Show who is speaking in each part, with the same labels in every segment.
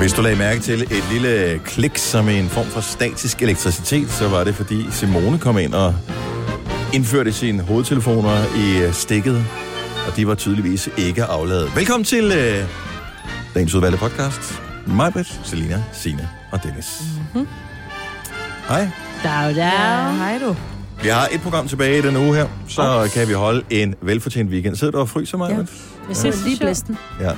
Speaker 1: Hvis du lagde mærke til et lille klik som en form for statisk elektricitet, så var det fordi Simone kom ind og indførte sine hovedtelefoner i øh, stikket, og de var tydeligvis ikke afladet. Velkommen til øh, dagens udvalgte podcast. Majbrit, Selina, Sine og Dennis. Mm-hmm. Hej.
Speaker 2: Dag, dag.
Speaker 3: hej du.
Speaker 1: Vi har et program tilbage i denne uge her, så kan vi holde en velfortjent weekend. Sidder du og fryser, Majbrit?
Speaker 2: Jeg synes, det er lige blæsten.
Speaker 1: Ja.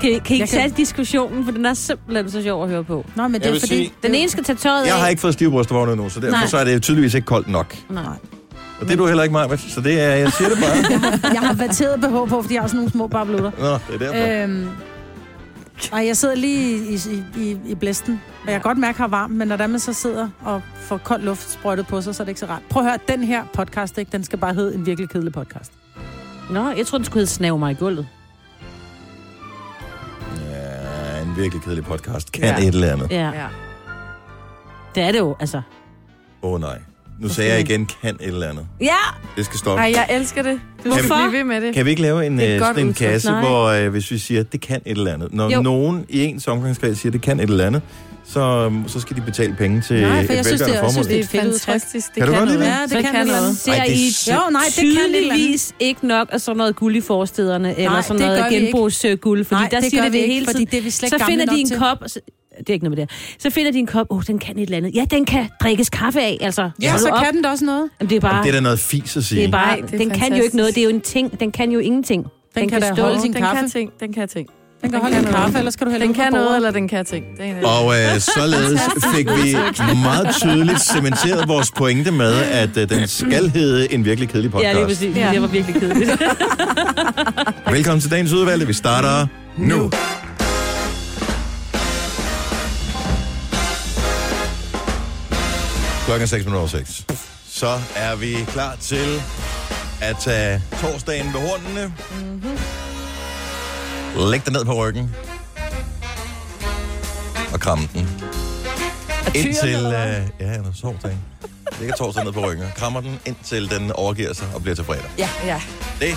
Speaker 2: Kan, kan I
Speaker 3: Jeg
Speaker 2: ikke tage
Speaker 3: kan-
Speaker 2: diskussionen, for den er simpelthen så sjov at høre på.
Speaker 3: Nå, men det
Speaker 4: Jeg
Speaker 3: er
Speaker 4: vil
Speaker 3: fordi...
Speaker 4: sige-
Speaker 2: Den ene skal tage tøjet
Speaker 1: Jeg
Speaker 2: af.
Speaker 1: har ikke fået stive brystet nu, så derfor
Speaker 2: Nej.
Speaker 1: så er det tydeligvis ikke koldt nok.
Speaker 2: Nej.
Speaker 1: Og det er du heller ikke, Majbrit, så det er, jeg siger det bare.
Speaker 3: Jeg har vateret BH på, fordi jeg har sådan nogle små bablutter.
Speaker 1: Nå, det er derfor.
Speaker 3: Øhm, ej, jeg sidder lige i, i, i, i blæsten, og jeg kan godt mærke, at jeg er varm, men når der man så sidder og får kold luft sprøjtet på sig, så er det ikke så rart. Prøv at høre, den her podcast, ikke, den skal bare hedde en virkelig kedelig podcast.
Speaker 2: Nå, jeg tror den skulle hedde Snav mig i gulvet.
Speaker 1: Ja, en virkelig kedelig podcast. Kan
Speaker 2: Ja.
Speaker 1: ja. et eller andet. Åh
Speaker 2: Ja. ja. Det er det jo, altså.
Speaker 1: oh, nej. Nu sagde jeg igen, kan et eller andet.
Speaker 2: Ja!
Speaker 1: Det skal stoppe.
Speaker 5: Nej, jeg elsker det. Du skal
Speaker 2: Hvorfor?
Speaker 5: blive ved med det.
Speaker 1: Kan vi ikke lave en,
Speaker 5: Det er
Speaker 1: øh,
Speaker 5: et godt
Speaker 1: sådan en
Speaker 5: udtryk,
Speaker 1: kasse,
Speaker 2: nej.
Speaker 1: hvor øh, hvis vi siger, det kan et eller andet. Når jo.
Speaker 2: Jo.
Speaker 1: nogen i ens omgangskreds siger, det kan et eller andet, så, øhm, så skal de betale penge til
Speaker 3: Nej, for
Speaker 1: et
Speaker 3: jeg synes,
Speaker 1: velgørende
Speaker 3: det er- jeg synes,
Speaker 1: formål.
Speaker 5: Det
Speaker 3: et
Speaker 5: er
Speaker 3: fedt udtryk.
Speaker 5: fantastisk.
Speaker 1: Kan du godt lide det?
Speaker 3: Ja, det kan
Speaker 5: kan
Speaker 3: det.
Speaker 5: noget.
Speaker 2: Ser
Speaker 1: Ej,
Speaker 2: Ej,
Speaker 1: det er
Speaker 2: I
Speaker 1: sy-
Speaker 3: Jo, nej, det kan et eller andet.
Speaker 2: tydeligvis ikke nok af sådan noget guld i forstederne, nej, eller sådan
Speaker 3: det gør
Speaker 2: noget
Speaker 3: vi ikke.
Speaker 2: genbrugsguld, fordi
Speaker 3: Nej,
Speaker 2: der
Speaker 3: det
Speaker 2: siger
Speaker 3: gør
Speaker 2: det,
Speaker 3: vi
Speaker 2: det
Speaker 3: ikke,
Speaker 2: hele
Speaker 3: fordi
Speaker 2: tiden.
Speaker 3: det er vi slet
Speaker 2: så
Speaker 3: ikke
Speaker 2: finder
Speaker 3: gamle
Speaker 2: de en
Speaker 3: nok til.
Speaker 2: kop, og så- det er ikke noget med det. her. Så finder de en kop, åh, oh, den kan et eller andet. Ja, den kan drikkes kaffe af, altså.
Speaker 3: Ja,
Speaker 2: Hold
Speaker 3: så
Speaker 2: nu op.
Speaker 3: kan den da også noget.
Speaker 2: Jamen, det er bare,
Speaker 1: Det er da noget fis at sige.
Speaker 2: det er bare,
Speaker 5: Nej,
Speaker 2: den
Speaker 5: det er
Speaker 2: kan jo ikke
Speaker 5: fantastisk.
Speaker 2: noget, det er jo en ting, den kan jo ingenting. Den,
Speaker 3: kan da holde sin
Speaker 5: den
Speaker 3: kaffe.
Speaker 5: kan ting, den kan ting.
Speaker 3: Den kan holde en
Speaker 5: kan
Speaker 3: kaffe,
Speaker 5: noget.
Speaker 3: eller skal du hælde
Speaker 5: Den
Speaker 3: ud på
Speaker 5: kan noget,
Speaker 3: bordet?
Speaker 5: eller den kan ting. Det er en af de-
Speaker 1: Og øh, således fik vi meget tydeligt cementeret vores pointe med, at øh, den skal hedde en virkelig kedelig
Speaker 2: Ja, lige
Speaker 1: podcast.
Speaker 2: præcis.
Speaker 5: Ja.
Speaker 2: Det var virkelig kedeligt.
Speaker 1: Velkommen til dagens udvalgte. Vi starter nu. Klokken er 6 minutter over 6. Så er vi klar til at tage torsdagen ved hornene. Mm-hmm.
Speaker 2: Mhm.
Speaker 1: Læg den ned på ryggen. Og kram den. Indtil... Øh, ja, når du sover dagen. Lægger torsdagen ned på ryggen og krammer den, indtil den overgiver sig og bliver til fredag.
Speaker 5: Ja, ja.
Speaker 1: Det,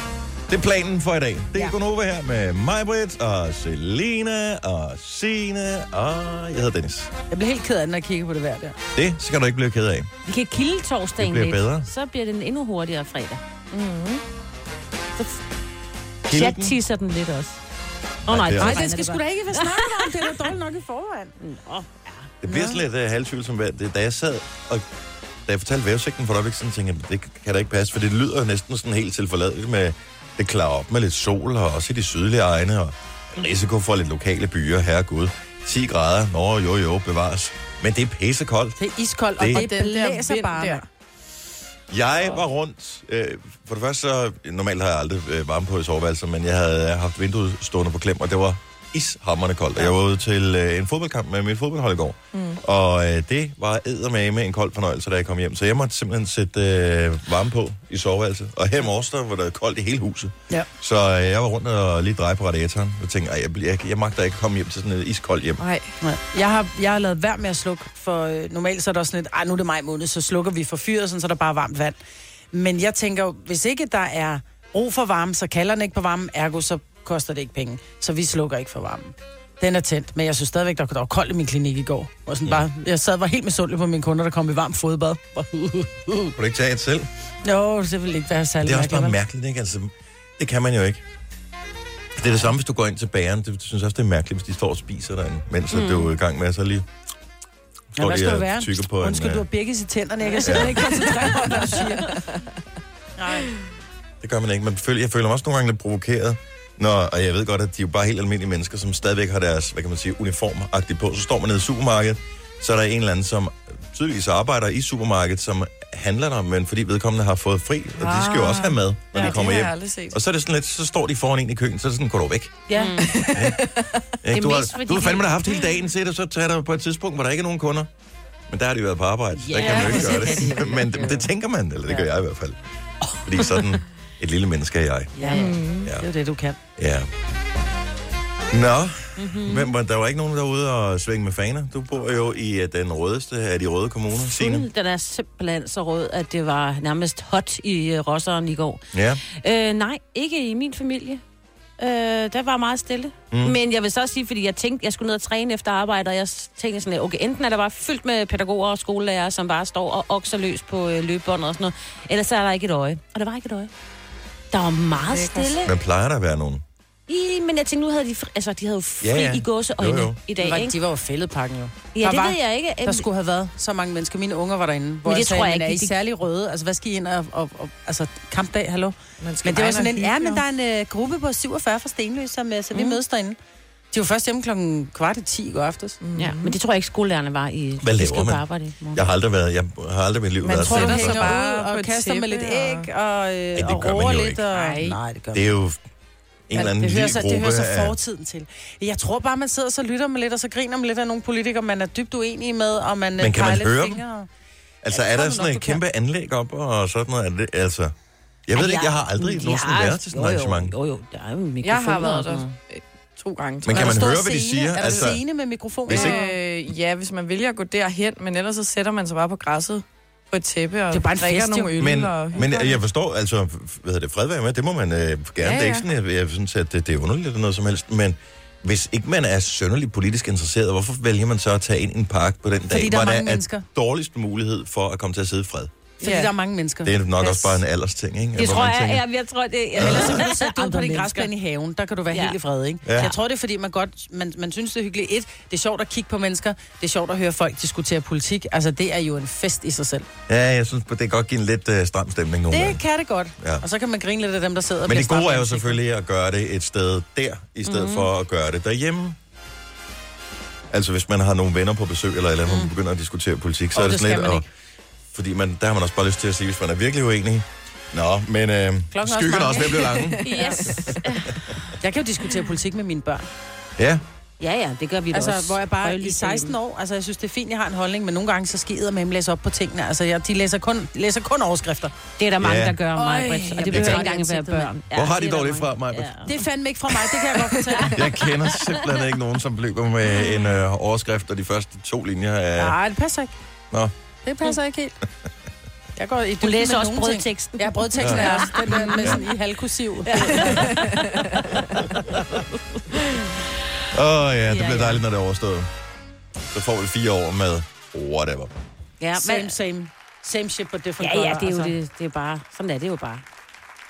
Speaker 1: det er planen for i dag. Det er Gunova her med Majbrit og Selina og Sine og jeg hedder Dennis.
Speaker 3: Jeg bliver helt ked af den, når jeg kigger på det hver der.
Speaker 1: Det skal du ikke blive ked af.
Speaker 2: Vi kan kilde torsdagen
Speaker 1: Det bliver
Speaker 2: lidt.
Speaker 1: bedre.
Speaker 2: Så bliver den endnu hurtigere fredag.
Speaker 1: Kilde
Speaker 2: Chat
Speaker 1: den.
Speaker 2: tisser den lidt også. Åh
Speaker 1: Nej,
Speaker 2: oh, nej,
Speaker 1: det er-
Speaker 3: Nej, det skal sgu da ikke være snakket om. Det er da dårligt nok i forvejen.
Speaker 1: Det bliver sådan lidt uh, halvtvivlsomt, hvad det, da jeg sad og da jeg fortalte vævesigten for et øjeblik, siden, tænkte jeg, det kan da ikke passe, for det lyder næsten sådan helt tilforladeligt med, det klarer op med lidt sol, og også i de sydlige egne, og risiko for lidt lokale byer, herregud. 10 grader, nå jo jo, bevares. Men det er pissekoldt.
Speaker 3: Det er iskoldt, og
Speaker 1: Det-
Speaker 3: det, det blæser bare. Der.
Speaker 1: Jeg var rundt. Øh, for det første, så, normalt har jeg aldrig øh, varme på i soveværelset, men jeg havde øh, haft vinduet stående på klem, og det var ishammerende koldt. Og jeg var ude til øh, en fodboldkamp med mit fodboldhold i går, mm. og øh, det var eddermame med en kold fornøjelse, da jeg kom hjem. Så jeg måtte simpelthen sætte øh, varme på i soveværelset. Og her i morges, der var der koldt i hele huset.
Speaker 3: Ja.
Speaker 1: Så øh, jeg var rundt og lige dreje på radiatoren, og tænkte, "Ej, jeg, bliver- jeg, jeg magter ikke at komme hjem til sådan et iskoldt
Speaker 3: Mm.
Speaker 1: hjem.
Speaker 5: Nej,
Speaker 3: Nej. Jeg har, jeg har lavet værd med at slukke, for øh, normalt så er der sådan lidt, ej, nu er det maj måned, så slukker vi for fyret, sådan, så er der bare varmt vand. Men jeg tænker jo, hvis ikke der er brug for varme, så kalder den ikke på varmen, ergo så koster det ikke penge. Så vi slukker ikke for varmen. Den er tændt, men jeg synes stadigvæk, der, der var koldt i min klinik i går. Og sådan bare, jeg sad og var helt misundelig på mine kunder, der kom i varmt fodbad.
Speaker 1: Kunne du ikke tage et selv?
Speaker 3: Jo, det ville ikke være særlig
Speaker 1: Det er også bare
Speaker 3: mærkeligt, vel?
Speaker 1: mærkeligt, ikke? Altså, det kan man jo ikke. Det er det samme, hvis du går ind til bageren. Det synes også, det er mærkeligt, hvis de står og spiser derinde, mens mm. du er i gang med at så lige...
Speaker 3: Hmm. Ja,
Speaker 1: Står
Speaker 3: hvad
Speaker 1: de
Speaker 3: skal
Speaker 1: og
Speaker 3: det være?
Speaker 1: tygger på en,
Speaker 3: Undskyld,
Speaker 1: øh,
Speaker 3: du har birkes i tænderne. Jeg kan simpelthen ikke koncentrere mig, om, hvad du siger. Nej.
Speaker 1: Det gør man ikke. Man føler, jeg føler mig også nogle gange lidt provokeret. Når, og jeg ved godt, at de er jo bare helt almindelige mennesker, som stadigvæk har deres, hvad kan man sige, uniformagtigt på. Så står man nede i supermarkedet, så er der en eller anden, som tydeligvis arbejder i supermarkedet, som handler der, men fordi vedkommende har fået fri, og de
Speaker 3: Ah.
Speaker 1: skal jo også have mad, når ja, de
Speaker 5: det
Speaker 1: kommer
Speaker 5: har
Speaker 1: hjem.
Speaker 5: jeg aldrig set.
Speaker 1: Og så er det sådan lidt, så står de foran en i køen, så er det sådan, går du væk?
Speaker 2: Ja.
Speaker 3: Mm.
Speaker 1: Ikke?
Speaker 2: er
Speaker 1: Du,
Speaker 2: mest
Speaker 1: har,
Speaker 2: fordi
Speaker 1: du har
Speaker 2: han-
Speaker 1: fandme da haft hele dagen til det, så tager der på et tidspunkt, hvor der ikke er nogen kunder. Men der har de været på arbejde, så der
Speaker 2: Ja,
Speaker 1: kan man jo ikke gøre det. Men det, det tænker man, eller det gør jeg i hvert fald. Fordi sådan et lille menneske er jeg.
Speaker 3: Ja, ja.
Speaker 2: Mm.
Speaker 3: Det er jo det, du kan.
Speaker 1: Ja. Nå,
Speaker 3: Mhm.
Speaker 1: men var- der var ikke nogen derude og svinge med faner. Du bor jo i øh, den rødeste af de røde kommuner, Signe.
Speaker 2: Den er simpelthen så rød, at det var nærmest hot i uh, øh, Rosseren i går.
Speaker 1: Ja.
Speaker 2: Øh, nej, ikke i min familie. Øh, der var meget stille. Mm. Men jeg vil så også sige, fordi jeg tænkte, jeg skulle ned og træne efter arbejde, og jeg s- tænkte sådan, okay, enten er der bare fyldt med pædagoger og skolelærere, som bare står og okser løs på øh, løbebåndet og sådan noget, ellers så er der ikke et øje. Og der var ikke et øje. Der var meget stille.
Speaker 1: Men plejer der at være nogen?
Speaker 2: I, men jeg tænkte, nu havde de, fri, altså, de havde jo fri
Speaker 1: Ja,
Speaker 2: ja,
Speaker 1: ja.
Speaker 2: ja. i gåseøjne
Speaker 1: Jo, jo.
Speaker 2: i
Speaker 3: Det var,
Speaker 2: dag, ikke?
Speaker 3: de var jo fældepakken jo.
Speaker 2: Ja,
Speaker 3: der
Speaker 2: det
Speaker 3: var,
Speaker 2: ved jeg ikke.
Speaker 3: Der skulle have været så mange mennesker. Mine unger var derinde. Hvor
Speaker 2: Men
Speaker 3: men
Speaker 2: det
Speaker 3: jeg sagde,
Speaker 2: tror
Speaker 3: tror
Speaker 2: jeg
Speaker 3: jeg men er
Speaker 2: ikke, de-
Speaker 3: I særlig røde? Altså, hvad skal I ind og... og, og altså, kampdag, hallo?
Speaker 5: Man skal
Speaker 3: Men det var sådan en...
Speaker 5: hygge,
Speaker 3: Ja, men
Speaker 5: jo.
Speaker 3: der er en øh, gruppe på 47 fra Stenløs, som, øh, så vi mm. mødes derinde. De var først hjemme klokken kvart i 10 i går aftes. Mm.
Speaker 2: Ja, men det tror jeg ikke, skolelærerne var i.
Speaker 1: Hvad
Speaker 2: de
Speaker 1: laver
Speaker 2: skal jo på
Speaker 1: man?
Speaker 2: arbejde i morgen.
Speaker 1: Jeg har aldrig været, jeg har aldrig i mit liv
Speaker 3: Man
Speaker 1: været
Speaker 3: tror, du
Speaker 1: sådan.
Speaker 5: sætter sig
Speaker 3: hænger
Speaker 5: bare
Speaker 3: ud
Speaker 5: på
Speaker 3: og
Speaker 5: et
Speaker 3: kaster med lidt
Speaker 5: tæppe og-
Speaker 3: æg og, øh,
Speaker 1: det
Speaker 3: og
Speaker 1: gør man
Speaker 3: roer
Speaker 1: jo
Speaker 3: lidt.
Speaker 1: ikke.
Speaker 3: Og...
Speaker 5: Nej.
Speaker 3: Nej, det gør man
Speaker 1: Det
Speaker 3: ikke.
Speaker 1: er jo en eller anden
Speaker 3: det, hører
Speaker 1: lille
Speaker 3: sig,
Speaker 1: gruppe
Speaker 3: det hører sig
Speaker 1: af-
Speaker 3: fortiden til. Jeg tror bare, man sidder og så lytter man lidt, og så griner man lidt af nogle politikere, man er dybt uenig med, og man øh,
Speaker 1: Men kan man
Speaker 3: peger lidt
Speaker 1: høre dem?
Speaker 3: fingre. Dem?
Speaker 1: Altså,
Speaker 3: Ja, det
Speaker 1: er
Speaker 3: tror
Speaker 1: der
Speaker 3: jeg
Speaker 1: sådan
Speaker 3: nok,
Speaker 1: et
Speaker 3: du kan.
Speaker 1: kæmpe anlæg op og sådan noget? Er det, altså, jeg ved
Speaker 2: Ej,
Speaker 1: ikke, jeg har aldrig
Speaker 2: de
Speaker 1: nogensinde
Speaker 2: har-
Speaker 1: været til sådan et
Speaker 2: jo, jo,
Speaker 1: arrangement.
Speaker 2: Jo, jo, der er jo mikrofoner.
Speaker 5: Jeg har
Speaker 2: og
Speaker 5: været
Speaker 2: sådan
Speaker 5: der
Speaker 2: noget.
Speaker 5: øh, to gange. tror
Speaker 1: Men
Speaker 5: jeg.
Speaker 1: kan man
Speaker 3: stor
Speaker 1: høre, hvad de
Speaker 3: scene?
Speaker 1: siger?
Speaker 3: Er der
Speaker 1: Altså,
Speaker 3: scene med mikrofoner?
Speaker 1: hvis ikke-
Speaker 5: Øh, ja, hvis man vælger at gå derhen, men ellers så sætter man sig bare på græsset på et tæppe og
Speaker 3: Det er bare en
Speaker 5: drikker
Speaker 3: fest, jo.
Speaker 5: nogle øl.
Speaker 1: Men,
Speaker 5: og
Speaker 1: men jeg forstår, altså, hvad hedder det, fred være med, det må man øh, gerne, ja, ja.
Speaker 5: Ja,
Speaker 1: det er
Speaker 5: ja.
Speaker 1: ikke sådan, jeg, jeg synes, at det, det er underligt eller noget som helst, men hvis ikke man er sønderligt politisk interesseret, hvorfor vælger man så at tage ind i en park på den dag,
Speaker 3: Fordi der er
Speaker 1: hvor
Speaker 3: mange
Speaker 1: der
Speaker 3: mennesker.
Speaker 1: er dårligst mulighed for at komme til at sidde i fred?
Speaker 3: Fordi
Speaker 5: Ja.
Speaker 3: der er mange mennesker.
Speaker 1: Det er nok
Speaker 3: Yes.
Speaker 1: også bare en aldersting, ikke?
Speaker 2: Det
Speaker 1: Hvor
Speaker 2: tror
Speaker 1: man
Speaker 2: jeg,
Speaker 1: tænker,
Speaker 2: jeg, jeg tror, det er...
Speaker 3: Ellers så kan du sætte dig ud på
Speaker 2: Andre
Speaker 3: din
Speaker 2: mennesker.
Speaker 3: græsplæne i haven. Der kan du være
Speaker 2: Ja.
Speaker 3: ja. helt i fred, ikke?
Speaker 1: Ja.
Speaker 3: Ja. Jeg tror, det er, fordi man godt... Man, man synes, det er hyggeligt. Et, det er sjovt at kigge på mennesker. Det er sjovt at høre folk diskutere politik. Altså, det er jo en fest i sig selv.
Speaker 1: Ja, jeg synes, det kan godt give en lidt øh, stram stemning nogle gange.
Speaker 3: Det kan det godt.
Speaker 1: Ja.
Speaker 3: Ja. Og så kan man grine lidt af dem, der sidder og
Speaker 1: Men
Speaker 3: bliver
Speaker 1: det gode
Speaker 3: straffet
Speaker 1: er jo
Speaker 3: i ansigtet.
Speaker 1: selvfølgelig at gøre det et sted der, i stedet
Speaker 3: Mhm.
Speaker 1: mm-hmm. for at gøre det derhjemme. Altså hvis man har nogle venner på besøg eller et eller andet, mm. man begynder at diskutere politik, så
Speaker 3: Mhm. Åh,
Speaker 1: er det
Speaker 3: det
Speaker 1: sådan
Speaker 3: skal
Speaker 1: lidt,
Speaker 3: man
Speaker 1: og, fordi man, der har man også bare lyst til at sige, hvis man er virkelig uenig. Nå, men øh,
Speaker 3: også
Speaker 1: skyggen er
Speaker 3: mange.
Speaker 1: også ved at blive lange.
Speaker 2: Yes.
Speaker 3: Jeg kan jo diskutere politik med mine børn.
Speaker 1: ja,
Speaker 2: Ja, ja, det gør vi da
Speaker 3: Altså,
Speaker 2: også.
Speaker 3: hvor jeg bare i 16 år, altså jeg synes, det er fint, jeg har en holdning, men nogle gange så skider man læser op på tingene. Altså, jeg, de læser kun, læser kun overskrifter.
Speaker 2: Det er der mange,
Speaker 1: Ja.
Speaker 2: der gør mig,
Speaker 3: Øj,
Speaker 2: Britt, og
Speaker 3: jeg
Speaker 2: det behøver
Speaker 3: bliver
Speaker 2: ikke
Speaker 3: træt i
Speaker 2: engang at være
Speaker 3: ansigtet,
Speaker 2: børn. Ja,
Speaker 1: hvor har de
Speaker 2: er
Speaker 1: dog
Speaker 2: der
Speaker 1: det fra,
Speaker 2: mange.
Speaker 1: mig?
Speaker 2: Ja.
Speaker 3: Det er fandme ikke fra mig, det kan jeg godt fortælle.
Speaker 1: Jeg kender simpelthen ikke nogen, som løber med en øh, overskrift og de første to linjer af...
Speaker 3: Nej, det passer ikke.
Speaker 1: Nå.
Speaker 3: Det passer ikke helt. Jeg går i
Speaker 2: Du
Speaker 3: dybden
Speaker 2: læser
Speaker 3: med
Speaker 2: også
Speaker 3: nogle ting.
Speaker 2: brødteksten.
Speaker 3: Ja, brødteksten
Speaker 1: Ja.
Speaker 3: er også den der med sådan i halvkursiv. Ja.
Speaker 1: Åh oh, ja, det
Speaker 2: Ja,
Speaker 1: bliver
Speaker 2: ja.
Speaker 1: dejligt, når det er overstået. Så får vi fire år med whatever.
Speaker 2: Ja,
Speaker 3: Same, same. Same shit, but different
Speaker 2: ja, ja,
Speaker 3: color,
Speaker 2: det er jo
Speaker 3: altså.
Speaker 2: det, det er bare... Sådan er det jo bare.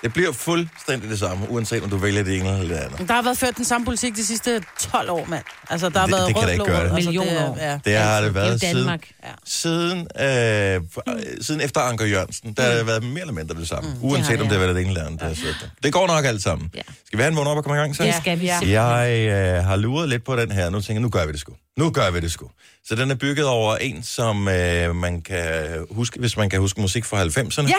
Speaker 1: Det bliver fuldstændig det samme, uanset om du vælger det ene eller det andet.
Speaker 3: Der har været ført den samme politik de sidste 12 år, mand. Altså, der har
Speaker 1: Det-
Speaker 3: været
Speaker 1: det kan da
Speaker 3: rød,
Speaker 1: ikke
Speaker 3: blå,
Speaker 1: gøre det.
Speaker 3: altså,
Speaker 2: Millioner år.
Speaker 3: ja.
Speaker 1: Det har det
Speaker 2: Altså, Det er
Speaker 1: været
Speaker 2: jo
Speaker 1: siden,
Speaker 2: Danmark. Ja. Mm.
Speaker 1: siden, øh, f- siden efter Anker Jørgensen. Der har det været mere eller mindre det samme.
Speaker 2: det har
Speaker 1: Uanset
Speaker 2: det,
Speaker 1: om det
Speaker 2: ja.
Speaker 1: har været det ene eller andet, der har siddet der. Det går nok alt sammen.
Speaker 2: Ja.
Speaker 1: Skal vi have en vågen op og komme i gang så?
Speaker 2: Det skal vi
Speaker 5: Ja.
Speaker 2: se.
Speaker 1: Jeg øh, har luret lidt på den her. Nu tænker jeg, nu gør vi det sgu. Nu gør vi det sgu. Så den er bygget over en, som øh, man kan huske, hvis man kan huske musik fra 90'erne.
Speaker 3: Ja.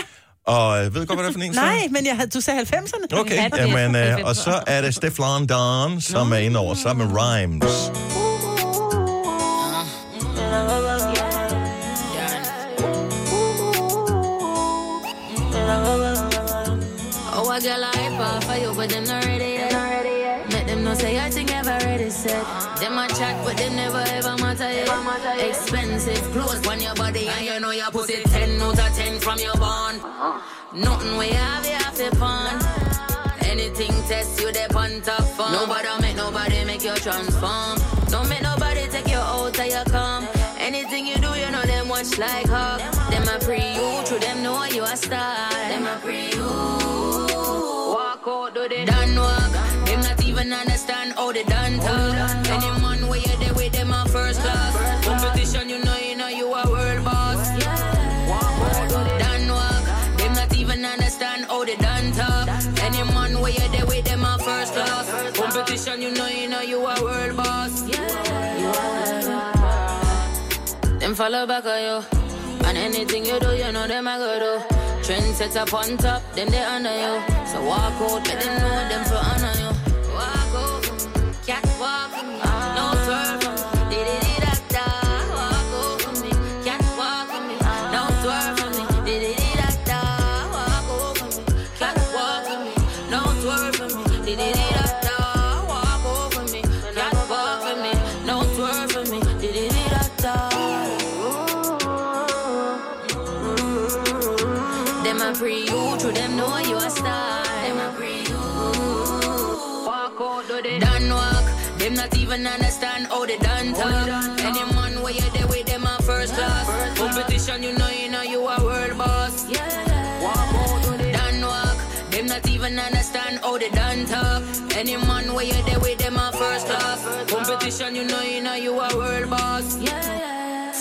Speaker 1: Og øh, ved du godt, hvad det er for en? så?
Speaker 3: Nej, men jeg havde, du sagde 90'erne.
Speaker 1: Okay,
Speaker 2: Ja, det er
Speaker 1: jamen, øh,
Speaker 2: perfekt.
Speaker 1: og så er det Stefan Don, som er inde over sammen med Rhymes.
Speaker 4: Oh, I got like iPod for you, but them not ready yet. Make them know say I think I've already said. Them a chat, but them never ever matter yet. Expensive clothes on your body, and you know your pussy ten out of ten from your bond. Nothing we have, you have to pawn. Anything test you, they on top form. Nobody make nobody make you transform. Don't make nobody take you out of your calm. Anything you do, you know them watch like hawk. Them a pre you, through them know you a star. Them a pre you. Walk out, do the done walk. Them not even understand how they done talk. Any man where you there with them a first class. Competition, you know, you know you a world boss. Walk out, do the done walk. Them not even understand how they done talk. Any man where you there with them a first class. Competition, you know, you know you a world boss. Them follow back on you. And anything you do, you know them I go do. Trend set up on top, then they honor you. So walk out, let them know them for honor you. Walk out, cat walk, no swerve. Did it da da. Walk out for me, cat walk for me, no swerve for me. Did it da da. Walk out for me, cat walk for me, no swerve for me. Did it da da. Walk out for me, cat walk for me, no swerve for me. Did it da da. Them a pre you, true them know you a star. Them a pre you. Done walk, them not even understand how they done talk. Any man where you there with them a first class. Competition, you know, you know you a world boss. Done walk, them not even understand how they done talk. Any man where you there with them a first class. Competition, you know, you know you a world boss.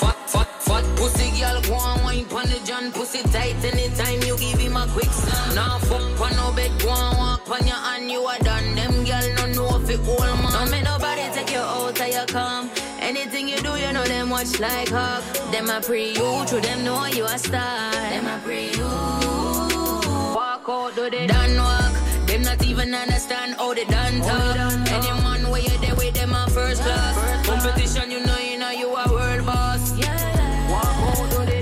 Speaker 4: Fat, fat, fat pussy girl, go on wine pon the John pussy tight anytime you give him a quick slam. Now fuck pon no bed, go on walk pon your hand, you are done. Them girl no know if it old man. Don't make nobody take you out of your calm. Anything you do, you know them watch like hawk. Them a pre you, true them know you a star. Them a pre you. Walk out, do they done walk. Them not even understand how they done talk. Any man where you there with them a first class. Competition, you know you know you a world boss.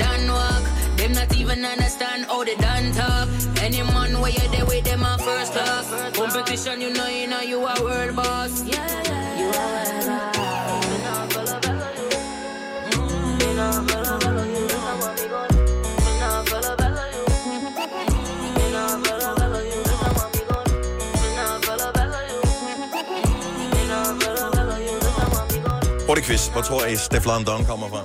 Speaker 4: Done walk, them not even understand how they done talk. Any man where you there with them a first class. Competition, you know you know you a world boss. You a world boss. Me nah follow, follow you. Me nah follow, follow you. Me nah follow, follow you. Me nah follow, follow you. Me nah follow, follow you.
Speaker 1: Hurtig quiz. Hvor tror I, Steph London kommer fra?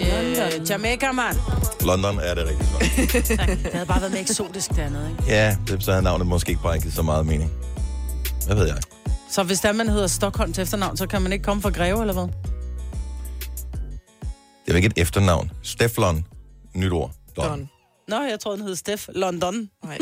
Speaker 3: Øh, Jamaica, mand.
Speaker 1: London er det rigtige svar.
Speaker 3: Det havde bare været mere eksotisk dernede, ikke?
Speaker 1: Ja, det, så havde navnet måske ikke bare givet så meget mening. Hvad ved jeg?
Speaker 3: Så hvis der man hedder Stockholm til efternavn, så kan man ikke komme fra Greve, eller hvad?
Speaker 1: Det er jo ikke et efternavn. Steflon. Nyt ord. Don.
Speaker 5: Don.
Speaker 3: Nå, jeg tror den hed Steff London.
Speaker 5: Nej.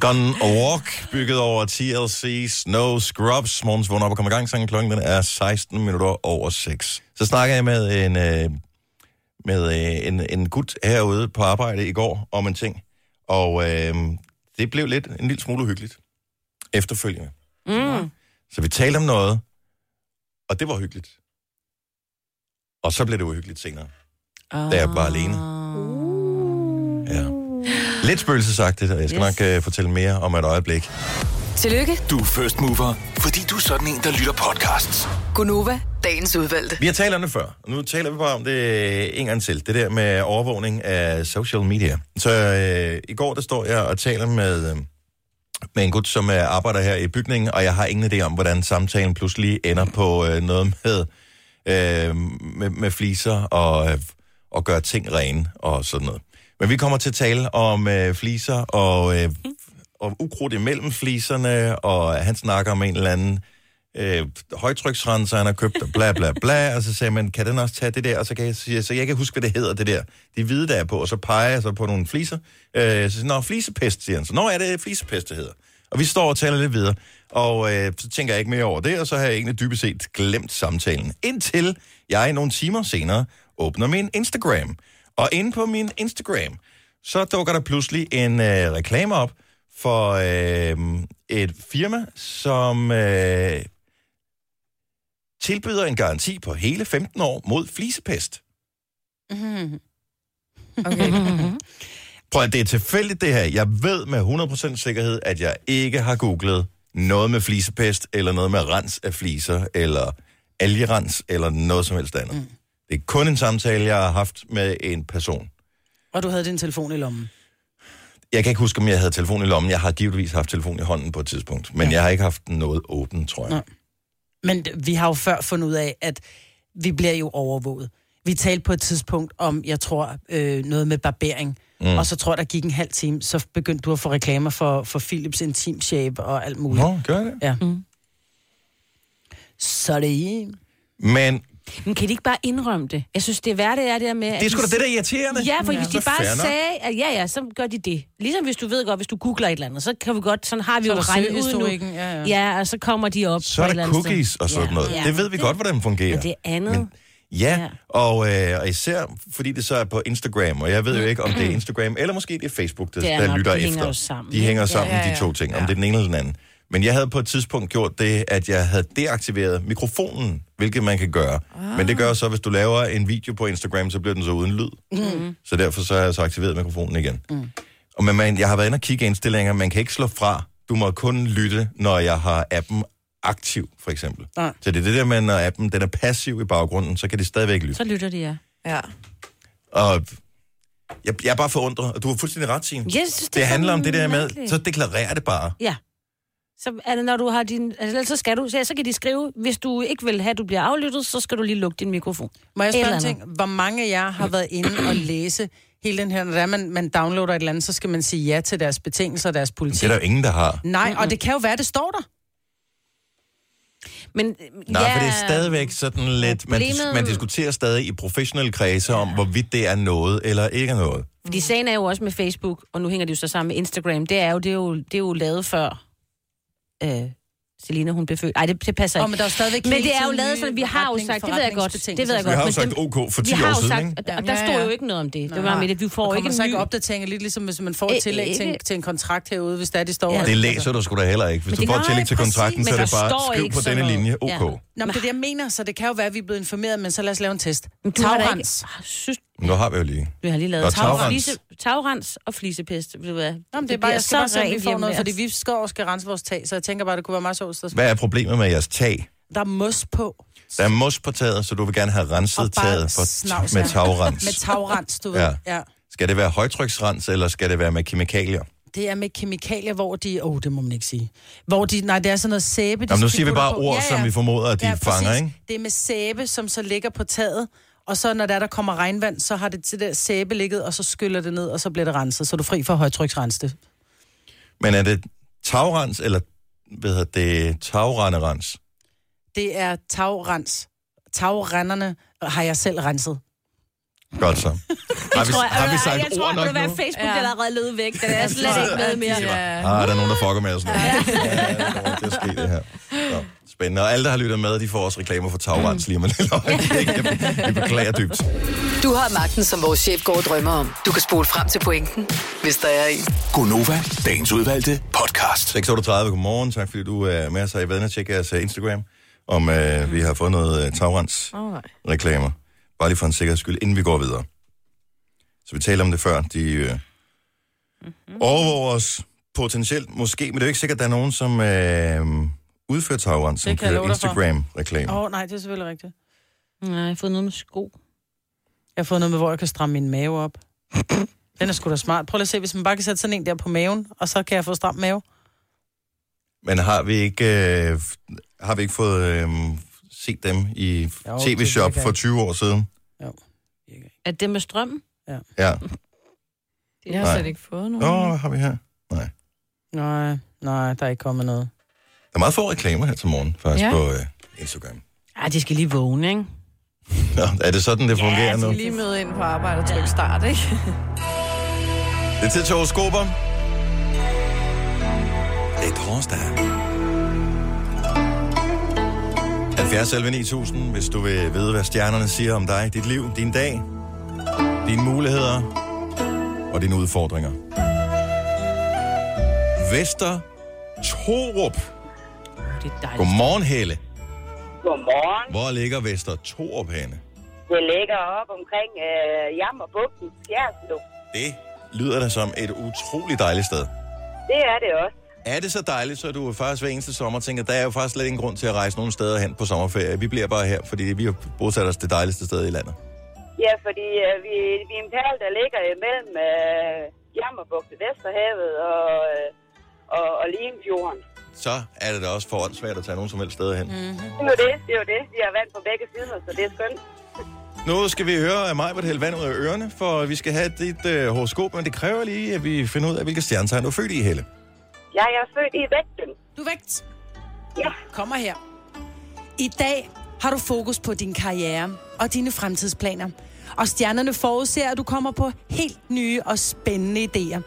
Speaker 1: Gun a Walk, bygget over TLC, Snow Scrubs. Morgens vågner op og kommer i gang, sangen klokken den er 16 minutter over 6. Så snakker jeg med en, øh, med øh, en, en gut herude på arbejde i går om en ting. Og øh, det blev lidt en lille smule hyggeligt efterfølgende.
Speaker 2: Mm.
Speaker 1: Så vi talte om noget, og det var hyggeligt. Og så blev det uhyggeligt senere. Da jeg var alene. Ja. Lidt spøgelsesagtigt, og jeg skal yes.
Speaker 2: Yes.
Speaker 1: nok øh, fortælle mere om et øjeblik.
Speaker 6: Tillykke,
Speaker 7: Du er first mover, fordi du er sådan en, der lytter podcasts.
Speaker 6: Gunova, dagens udvalgte.
Speaker 1: Vi har talt om det før. Nu taler vi bare om det øh, en gang til. Det der med overvågning af social media. Så øh, i går, der står jeg og taler med, øh, med en gut, som øh, arbejder her i bygningen, og jeg har ingen idé om, hvordan samtalen pludselig ender på øh, noget med, øh, med, med fliser og, øh, og gøre ting rene og sådan noget. Men vi kommer til at tale om øh, fliser og, øh, og ukrudt imellem fliserne, og han snakker om en eller anden øh, højtryksrenser, han har købt, og bla bla bla, og så sagde man, kan den også tage det der? Og så kan jeg sige, så jeg kan huske, hvad det hedder, det der. De hvide, der er på, og så peger jeg så på nogle fliser. Øh, så siger, nå, flisepest, siger han. Så, nå, ja, det er flisepest, det hedder. Og vi står og taler lidt videre, og øh, så tænker jeg ikke mere over det, og så har jeg egentlig dybest set glemt samtalen. Indtil jeg nogle timer senere åbner min Instagram. Og inde på min Instagram, så dukker der pludselig en øh, reklame op for øh, et firma, som øh, tilbyder en garanti på hele 15 år mod flisepest.
Speaker 5: Okay.
Speaker 1: Prøv at det er tilfældigt det her. Jeg ved med 100% sikkerhed, at jeg ikke har googlet noget med flisepest, eller noget med rens af fliser, eller algerens, eller noget som helst andet. Mm. Det er kun en samtale, jeg har haft med en person.
Speaker 3: Og du havde din telefon i lommen.
Speaker 1: Jeg kan ikke huske, om jeg havde telefon i lommen. Jeg har givetvis haft telefon i hånden på et tidspunkt, men jeg har ikke haft noget åbent, tror jeg.
Speaker 3: Nej. Men d- vi har jo før fundet ud af, at vi bliver jo overvåget. Vi talte på et tidspunkt om, jeg tror, øh, noget med barbering. Mm. Og så tror jeg, der gik en halv time, så begyndte du at få reklamer for, for Philips Intim Shape og alt muligt.
Speaker 1: Nå, gør det.
Speaker 3: Ja. Mm. Så er det i.
Speaker 1: Men
Speaker 2: Men kan de ikke bare indrømme det? Jeg synes, det er værd, det er det der med... at
Speaker 1: det er
Speaker 2: de
Speaker 1: sgu da det, der er irriterende.
Speaker 2: Ja, for ja. hvis
Speaker 1: Så
Speaker 2: de bare
Speaker 1: fair nok.
Speaker 2: sagde, at ja, ja, så gør de det. Ligesom hvis du ved godt, hvis du googler et eller andet, så kan vi godt, sådan har vi
Speaker 3: Så
Speaker 2: jo
Speaker 3: er der
Speaker 2: regnet ud nu.
Speaker 3: søgehistorikken, ja, ja.
Speaker 2: ja, og så kommer de op.
Speaker 1: Så
Speaker 2: på
Speaker 1: er
Speaker 2: et
Speaker 1: der
Speaker 2: eller andet sted.
Speaker 1: cookies og sådan
Speaker 2: Ja.
Speaker 1: noget.
Speaker 2: Ja.
Speaker 1: Det ved vi godt, hvordan fungerer.
Speaker 2: Men det andet... Men...
Speaker 1: Ja, ja.
Speaker 2: Ja.
Speaker 1: Og, øh, og især fordi det så er på Instagram, og jeg ved jo ikke, om det er Instagram, eller måske det er Facebook, der,
Speaker 2: Det er
Speaker 1: der
Speaker 2: nok,
Speaker 1: lytter
Speaker 2: de
Speaker 1: efter.
Speaker 2: hænger jo sammen,
Speaker 1: de
Speaker 2: ikke?
Speaker 1: hænger
Speaker 2: Ja,
Speaker 1: sammen,
Speaker 5: ja,
Speaker 1: de
Speaker 5: ja.
Speaker 1: to ting, om
Speaker 5: Ja.
Speaker 1: det er den ene eller den anden. Men jeg havde på et tidspunkt gjort det, at jeg havde deaktiveret mikrofonen, hvilket man kan gøre. Ah. Men det gør så, hvis du laver en video på Instagram, så bliver den så uden lyd. Mm. Så derfor så har jeg så aktiveret mikrofonen igen. Mm. Og men man, jeg har været inde og kigge i indstillinger, man kan ikke slå fra. Du må kun lytte, når jeg har appen aktiv, for eksempel.
Speaker 3: Nej.
Speaker 1: Så det er det der med, når appen den er passiv i baggrunden, så kan det stadigvæk lytte.
Speaker 2: Så lytter de, ja.
Speaker 5: Ja.
Speaker 1: Og jeg, jeg er bare forundret, og du har fuldstændig ret, Signe.
Speaker 2: Jeg synes, det,
Speaker 1: Det
Speaker 2: er
Speaker 1: handler om
Speaker 2: sådan
Speaker 1: det der med,
Speaker 2: mærkeligt.
Speaker 1: så deklarer det bare.
Speaker 2: Ja, Så er det, når du har din... Altså, ellers så skal du... Så, så kan de skrive, hvis du ikke vil have, at du bliver aflyttet, så skal du lige lukke din mikrofon.
Speaker 3: Må jeg
Speaker 2: Et
Speaker 3: spørge
Speaker 2: eller
Speaker 3: en ting?
Speaker 2: andet.
Speaker 3: Hvor mange af jer har været inde og læse hele den her... Når det er, man, man downloader et eller andet, så skal man sige ja til deres betingelser og deres
Speaker 1: Det
Speaker 3: politik.
Speaker 1: er der jo ingen, der har.
Speaker 3: Nej, og det kan jo være, det står der.
Speaker 2: Men,
Speaker 1: Nej,
Speaker 2: ja,
Speaker 1: for det er stadigvæk sådan lidt... Man, dis-
Speaker 2: Problemet-
Speaker 1: man diskuterer stadig i professionelle kredse om, hvorvidt det er noget eller ikke er noget.
Speaker 2: Fordi sagen er jo også med Facebook, og nu hænger det jo så sammen med Instagram. Det er jo, det er jo, det er jo lavet før... Øh, Selina, hun blev født. Ej, det, det passer
Speaker 3: Åh,
Speaker 2: ikke.
Speaker 3: men der er jo stadigvæk
Speaker 2: Men
Speaker 3: hele
Speaker 2: det er jo
Speaker 3: tiden
Speaker 2: lavet
Speaker 3: nye
Speaker 2: sådan, vi har jo
Speaker 3: retnings-
Speaker 2: sagt, det ved jeg godt, det ved jeg
Speaker 3: forretningsbetingelser.
Speaker 1: Vi har jo
Speaker 2: godt. men
Speaker 1: sagt
Speaker 2: dem-
Speaker 1: OK for
Speaker 2: vi
Speaker 1: 10
Speaker 2: har
Speaker 1: år
Speaker 2: jo
Speaker 1: siden,
Speaker 2: sagt,
Speaker 1: ikke?
Speaker 2: og der, og der
Speaker 5: Ja,
Speaker 2: stod
Speaker 5: ja.
Speaker 2: jo ikke noget om det. Det var med det, vi får
Speaker 3: Der
Speaker 2: ikke
Speaker 3: kommer
Speaker 2: en
Speaker 3: så
Speaker 2: ny...
Speaker 3: ikke opdatering, lidt ligesom hvis man får
Speaker 2: Øh,
Speaker 3: et tillæg
Speaker 2: øh,
Speaker 3: til en, til en kontrakt herude, hvis der er, de står...
Speaker 2: Ja.
Speaker 3: og-
Speaker 1: Det læser du sgu da heller ikke.
Speaker 2: Altså, Men
Speaker 1: Hvis du
Speaker 2: det-
Speaker 1: får
Speaker 2: nej,
Speaker 1: tillæg til
Speaker 2: præcis,
Speaker 1: kontrakten, så
Speaker 2: men
Speaker 1: er det
Speaker 2: der
Speaker 1: bare,
Speaker 2: står
Speaker 1: skriv
Speaker 2: ikke
Speaker 1: på
Speaker 2: sådan
Speaker 1: denne
Speaker 2: noget.
Speaker 1: linje,
Speaker 2: Ja.
Speaker 1: OK.
Speaker 3: Nå, men det er det, jeg mener, så det kan jo være, at vi er blevet informeret, men så lad os lave en test.
Speaker 2: Men du har da ikke...
Speaker 3: Tagrens.
Speaker 2: Ah, Synes,
Speaker 1: Men Nu har vi jo lige.
Speaker 2: vi har lige
Speaker 1: Nå,
Speaker 2: lavet
Speaker 1: tagrens.
Speaker 2: tagrens. Flise, tagrens og flisepest. Ved du hvad?
Speaker 3: Nå, men det er
Speaker 2: bliver
Speaker 3: bare, jeg skal bare se, om
Speaker 2: rent
Speaker 3: vi får
Speaker 2: hjemme
Speaker 3: noget,
Speaker 2: ved
Speaker 3: fordi
Speaker 2: os.
Speaker 3: vi skal også skal rense vores tag, så jeg tænker bare, det kunne være meget sjovt. at-
Speaker 1: Hvad er problemet med jeres tag?
Speaker 3: Der er mos på.
Speaker 1: Der er mos på taget, så du vil gerne have renset
Speaker 3: Og bare
Speaker 1: taget for,
Speaker 3: snavs,
Speaker 1: med
Speaker 3: ja.
Speaker 1: tagrens.
Speaker 3: Med tagrens, du ved.
Speaker 1: Ja.
Speaker 3: Ja. ja.
Speaker 1: Skal det være højtryksrens, eller skal det være med kemikalier?
Speaker 3: Det er med kemikalier, hvor de... Åh, oh, det må man ikke sige. Hvor de... Nej, det er sådan noget sæbe. de-
Speaker 1: Jamen, nu
Speaker 3: de
Speaker 1: siger vi
Speaker 3: putter
Speaker 1: bare
Speaker 3: på.
Speaker 1: ord, som vi formoder, at de fanger,
Speaker 3: præcis.
Speaker 1: ikke?
Speaker 3: Det er med sæbe, som så ligger på taget. Og så når der, er, der kommer regnvand, så har det til der sæbe ligget, og så skyller det ned, og så bliver det renset. Så er du fri for højtryksrenste.
Speaker 1: Men er det tagrens, eller hvad hedder det, tagrenderens?
Speaker 3: Det er tagrens. Tagrenderne har jeg selv renset.
Speaker 1: Godt så. Har vi,
Speaker 2: Tror jeg-
Speaker 1: har vi
Speaker 2: øh,
Speaker 1: sagt
Speaker 2: jeg tror,
Speaker 1: ord
Speaker 2: at
Speaker 1: nok
Speaker 2: være
Speaker 1: nu?
Speaker 2: Facebook
Speaker 5: Ja.
Speaker 2: der er allerede lød væk. Den er slet ikke med mere.
Speaker 5: Ja.
Speaker 1: Ah, der er nogen, der fucker med os nu. Ja, ja, det sker det her. Nå, spændende. Og alle, der har lyttet med, de får også reklamer for tagrens lige om lidt. Vi beklager dybt.
Speaker 6: Du har magten, som vores chef går og drømmer om. Du kan spole frem til pointen, hvis der er en.
Speaker 7: Gonova, dagens udvalgte podcast.
Speaker 1: 6.38, godmorgen. Tak fordi du øh, er med os her i Vedna. Tjek jeres øh, Instagram, om øh, vi har fået noget øh, tagrens.
Speaker 5: Åh, nej.
Speaker 1: reklamer. Bare lige for en sikkerheds skyld, inden vi går videre. Så vi talte om det før. De øh,
Speaker 3: Mhm.
Speaker 1: overvåger os potentielt, måske, men det er jo ikke sikkert, at der er nogen, som øh, udfører tagrens, som
Speaker 3: Det kan jeg
Speaker 1: kører
Speaker 3: love dig for.
Speaker 1: Instagram-reklamer.
Speaker 3: Åh,
Speaker 1: Oh.
Speaker 3: oh, nej, det er selvfølgelig rigtigt.
Speaker 2: Nej, jeg har fået noget med sko.
Speaker 3: Jeg har fået noget med, hvor jeg kan stramme min mave op. Den er sgu da smart. Prøv lige at se, hvis man bare kan sætte sådan en der på maven, og så kan jeg få stram mave.
Speaker 1: Men har vi ikke, øh, har vi ikke fået øh, set dem i
Speaker 3: Jo,
Speaker 1: tv-shop
Speaker 3: det kan
Speaker 1: for
Speaker 3: jeg.
Speaker 1: 20 år siden?
Speaker 2: Er det med strømmen?
Speaker 1: Ja.
Speaker 5: Jeg har
Speaker 1: Nej.
Speaker 5: slet ikke fået nogen.
Speaker 1: Nå, hvad har vi her? Nej.
Speaker 3: Nej, nej, der er ikke kommet noget.
Speaker 1: Der er meget få reklamer her til morgen, faktisk, ja.
Speaker 5: Ja.
Speaker 1: på øh, Instagram.
Speaker 2: Ja, de skal lige vågne, ikke?
Speaker 1: Nå, er det sådan, det fungerer
Speaker 5: jeg
Speaker 1: nu?
Speaker 5: skal lige møde ind på arbejde og trykke start, ikke?
Speaker 1: Det er tid til horoskoper. Det er torsdag. 70 11 9000, hvis du vil vide, hvad stjernerne siger om dig, dit liv, din dag, dine muligheder og dine udfordringer. Vester Torup.
Speaker 2: Det er dejligt.
Speaker 1: Godmorgen, Helle.
Speaker 8: Godmorgen.
Speaker 1: Hvor ligger Vester Torup henne?
Speaker 8: Det ligger op omkring øh, Jammerbugten, Skjærslo.
Speaker 1: Det lyder da som et utroligt dejligt sted.
Speaker 8: Det er det også.
Speaker 1: Er det så dejligt, så du faktisk hver eneste sommer tænker, der er jo faktisk slet ingen grund til at rejse nogen steder hen på sommerferie. Vi bliver bare her, fordi vi har bosat os det dejligste sted i landet.
Speaker 8: Ja, fordi øh, vi, vi er en perle, der ligger imellem øh, Jammerbugten, Vesterhavet og, øh, og, og Limfjorden.
Speaker 1: Så er det da også for åndssvagt at tage nogen som helst steder hen. Mm.
Speaker 8: Det er jo det, det er jo det. Vi har vand på begge sider, så det er skønt.
Speaker 1: Nu skal vi høre af mig, hvad det hælder vand ud af ørerne, for vi skal have dit øh, horoskop, men det kræver lige, at vi finder ud af, hvilke stjernetegn du er født i, Helle.
Speaker 8: Jeg er født i Vægten.
Speaker 3: Du er vægt.
Speaker 8: Ja.
Speaker 3: Kommer her. I dag har du fokus på din karriere og dine fremtidsplaner. Og stjernerne forudser, at du kommer på helt nye og spændende idéer.